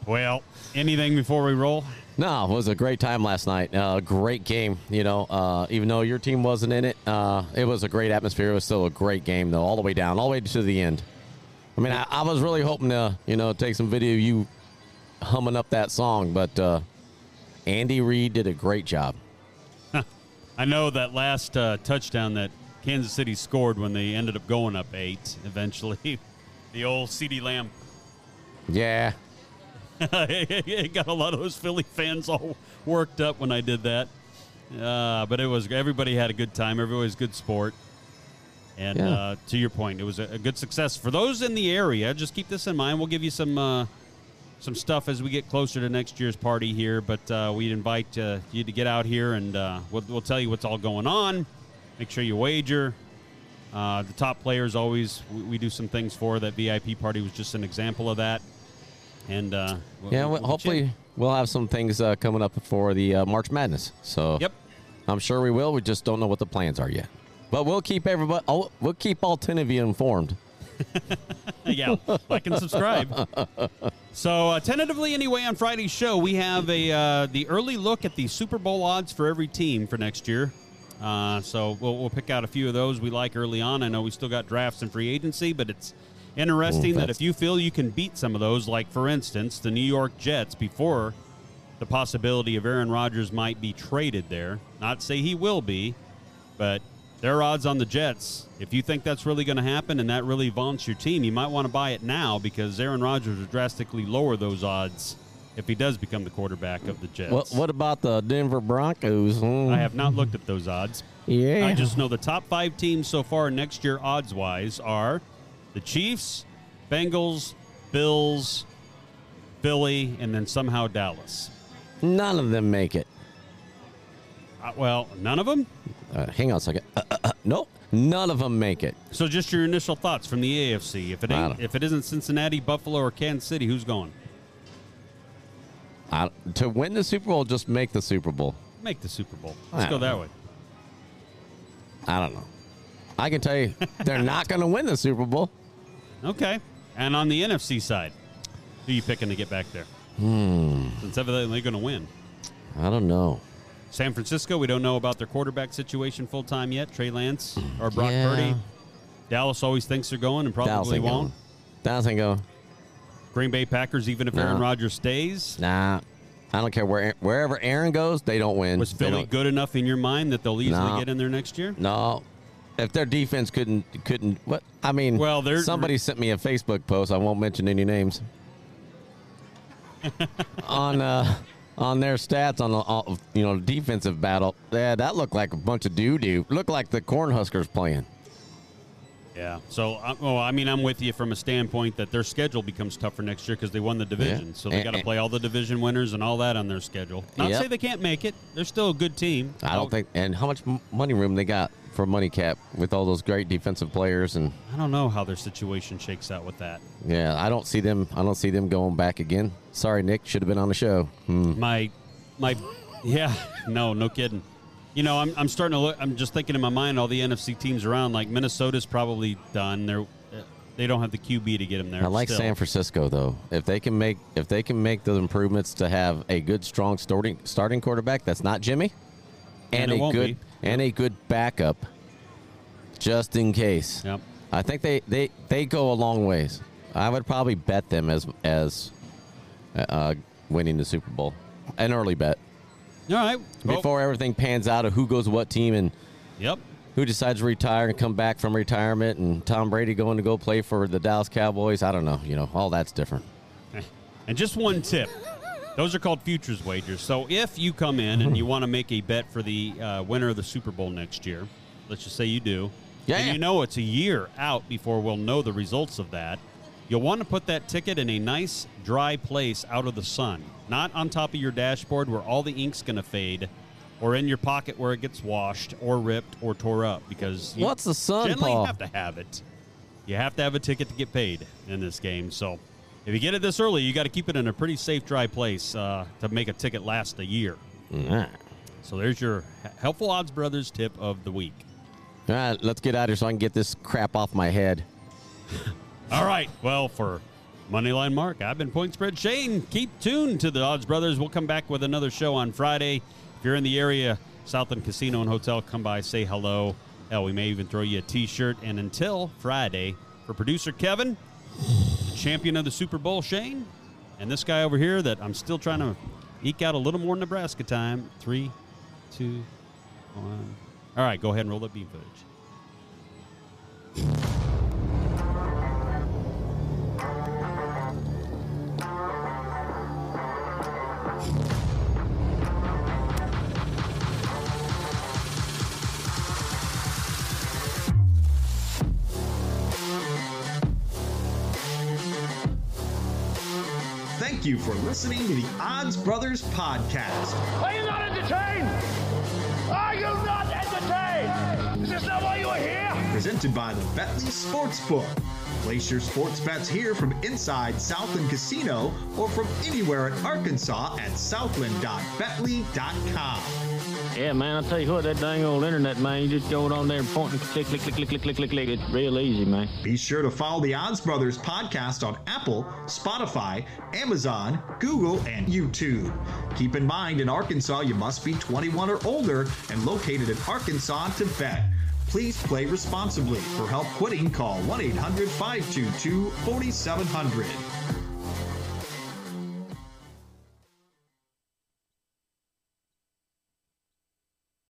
[SPEAKER 1] Well, anything before we roll?
[SPEAKER 4] No, it was a great time last night. Uh, great game, you know. Uh, even though your team wasn't in it, uh, it was a great atmosphere. It was still a great game, though, all the way down, all the way to the end. I mean, I, I was really hoping to, you know, take some video of you humming up that song, but uh, Andy Reid did a great job.
[SPEAKER 1] I know that last uh, touchdown that Kansas City scored when they ended up going up eight eventually. The old CD Lamb.
[SPEAKER 4] Yeah,
[SPEAKER 1] it got a lot of those Philly fans all worked up when I did that. Uh, but it was everybody had a good time. Everybody was good sport. And
[SPEAKER 4] Yeah.
[SPEAKER 1] uh, to your point, it was a, a good success for those in the area. Just keep this in mind. We'll give you some uh, some stuff as we get closer to next year's party here. But uh, we'd invite uh, you to get out here, and uh, we'll, we'll tell you what's all going on. Make sure you wager. Uh, the top players always we, we do some things for. That VIP party was just an example of that. And uh, we'll-
[SPEAKER 4] yeah.
[SPEAKER 1] we'll
[SPEAKER 4] Well,
[SPEAKER 1] get you-
[SPEAKER 4] hopefully, we'll have some things uh, coming up for the uh, March Madness. So,
[SPEAKER 1] Yep.
[SPEAKER 4] I'm sure we will. We just don't know what the plans are yet. But we'll keep everybody. Oh, we'll keep all ten of you informed.
[SPEAKER 1] yeah, like and subscribe. So uh, tentatively, anyway, on Friday's show, we have a uh, the early look at the Super Bowl odds for every team for next year. Uh, so we'll, we'll pick out a few of those we like early on. I know we still got drafts and free agency, but it's interesting
[SPEAKER 4] Ooh,
[SPEAKER 1] that
[SPEAKER 4] that's-
[SPEAKER 1] if you feel you can beat some of those, like for instance, the New York Jets before the possibility of Aaron Rodgers might be traded there. Not say he will be, but their odds on the Jets, if you think that's really going to happen and that really vaunts your team, you might want to buy it now because Aaron Rodgers would drastically lower those odds if he does become the quarterback of the Jets.
[SPEAKER 4] What What about the Denver Broncos? Hmm.
[SPEAKER 1] I have not looked at those odds.
[SPEAKER 4] Yeah.
[SPEAKER 1] I just know the top five teams so far next year, odds wise, are the Chiefs, Bengals, Bills, Philly, and then somehow Dallas.
[SPEAKER 4] None of them make it.
[SPEAKER 1] Uh, well, none of them?
[SPEAKER 4] Uh, hang on a second. Uh, uh, uh, nope. None of them make it.
[SPEAKER 1] So just your initial thoughts from the AFC. If it
[SPEAKER 4] I
[SPEAKER 1] ain't,
[SPEAKER 4] don't-
[SPEAKER 1] if it isn't Cincinnati, Buffalo, or Kansas City, who's going?
[SPEAKER 4] I, to win the Super Bowl, just make the Super Bowl.
[SPEAKER 1] Make the Super Bowl. Let's go
[SPEAKER 4] I don't
[SPEAKER 1] that
[SPEAKER 4] know.
[SPEAKER 1] way.
[SPEAKER 4] I don't know. I can tell you, they're not going to win the Super Bowl.
[SPEAKER 1] Okay. And on the NFC side, who you picking to get back there? Hmm. Since evidently they're going to win.
[SPEAKER 4] I don't know.
[SPEAKER 1] San Francisco, we don't know about their quarterback situation full time yet. Trey Lance or Brock
[SPEAKER 4] Yeah.
[SPEAKER 1] Purdy. Dallas always thinks they're going and
[SPEAKER 4] Dallas
[SPEAKER 1] probably
[SPEAKER 4] ain't
[SPEAKER 1] won't.
[SPEAKER 4] going. Dallas ain't going.
[SPEAKER 1] Green Bay Packers, even if
[SPEAKER 4] No.
[SPEAKER 1] Aaron Rodgers stays,
[SPEAKER 4] Nah. I don't care where wherever Aaron goes, they don't win.
[SPEAKER 1] was
[SPEAKER 4] They
[SPEAKER 1] Philly
[SPEAKER 4] don't-
[SPEAKER 1] good enough in your mind that they'll easily
[SPEAKER 4] No.
[SPEAKER 1] get in there next year?
[SPEAKER 4] No. If their defense couldn't couldn't what I mean
[SPEAKER 1] Well, they're-
[SPEAKER 4] somebody sent me a Facebook post, I won't mention any names. on uh on their stats on the on, you know defensive battle. Yeah, that looked like a bunch of doo doo. Looked like the Cornhuskers playing.
[SPEAKER 1] Yeah. So, uh, oh, I mean, I'm with you from a standpoint that their schedule becomes tougher next year because they won the division,
[SPEAKER 4] Yeah.
[SPEAKER 1] so they
[SPEAKER 4] And-
[SPEAKER 1] got to
[SPEAKER 4] and-
[SPEAKER 1] play all the division winners and all that on their schedule. Not
[SPEAKER 4] Yep.
[SPEAKER 1] say they can't make it; they're still a good team.
[SPEAKER 4] I don't think and how much m- money room they got for money cap with all those great defensive players and
[SPEAKER 1] I don't know how their situation shakes out with that.
[SPEAKER 4] yeah, I don't see them I don't see them going back again. Sorry Nick, should have been on the show. Hmm.
[SPEAKER 1] My, my, yeah, no, no kidding. You know, I'm, I'm starting to look. I'm just thinking in my mind all the NFC teams around. Like Minnesota's probably done. They're they don't have the QB to get them there.
[SPEAKER 4] I like
[SPEAKER 1] still.
[SPEAKER 4] San Francisco though. If they can make if they can make the improvements to have a good strong starting starting quarterback that's not Jimmy
[SPEAKER 1] And it
[SPEAKER 4] a
[SPEAKER 1] won't
[SPEAKER 4] good
[SPEAKER 1] be.
[SPEAKER 4] and a good backup just in case.
[SPEAKER 1] Yep.
[SPEAKER 4] I think they they they go a long ways. I would probably bet them as as uh, winning the Super Bowl. An early bet
[SPEAKER 1] All right. Well,
[SPEAKER 4] before everything pans out of who goes what team and
[SPEAKER 1] Yep.
[SPEAKER 4] who decides to retire and come back from retirement and Tom Brady going to go play for the Dallas Cowboys. I don't know, you know, all that's different.
[SPEAKER 1] And just one tip. Those are called futures wagers. So if you come in and you want to make a bet for the uh, winner of the Super Bowl next year, let's just say you do,
[SPEAKER 4] Yeah.
[SPEAKER 1] and you know it's a year out before we'll know the results of that, you'll want to put that ticket in a nice, dry place out of the sun, not on top of your dashboard where all the ink's going to fade, or in your pocket where it gets washed or ripped or tore up because you
[SPEAKER 4] What's the sun,
[SPEAKER 1] generally
[SPEAKER 4] Paul?
[SPEAKER 1] have to have it you have to have a ticket to get paid in this game. So if If you get it this early, you got to keep it in a pretty safe, dry place uh, to make a ticket last a year.
[SPEAKER 4] Nah.
[SPEAKER 1] So there's your h- helpful odds brothers tip of the week.
[SPEAKER 4] All right, let's get out of here so I can get this crap off my head.
[SPEAKER 1] All right. Well, for Moneyline Mark, I've been Point Spread Shane. Keep tuned to the Odds Brothers. We'll come back with another show on Friday. If you're in the area, Southland Casino and Hotel, come by, say hello. Hell, we may even throw you a t shirt. And until Friday, for producer Kevin, the champion of the Super Bowl, Shane, and this guy over here that I'm still trying to eke out a little more Nebraska time. Three, two, one. All right, go ahead and roll that beam footage.
[SPEAKER 2] Thank you for listening to the Odds Brothers Podcast.
[SPEAKER 5] Are you not entertained? Are you not entertained? Is this not why you are here?
[SPEAKER 2] presented by the Betley Sportsbook. Place your sports bets here from inside Southland Casino or from anywhere in Arkansas at southland.betley.com.
[SPEAKER 6] Yeah, man, I tell you what, that dang old internet, man, you just go on there and point and click, click, click, click, click, click, click, click. It's real easy, man.
[SPEAKER 2] Be sure to follow the Odds Brothers podcast on Apple, Spotify, Amazon, Google, and YouTube. Keep in mind, in Arkansas, you must be 21 or older and located in Arkansas to bet. Please play responsibly. For help quitting, call 1 800 522 4700.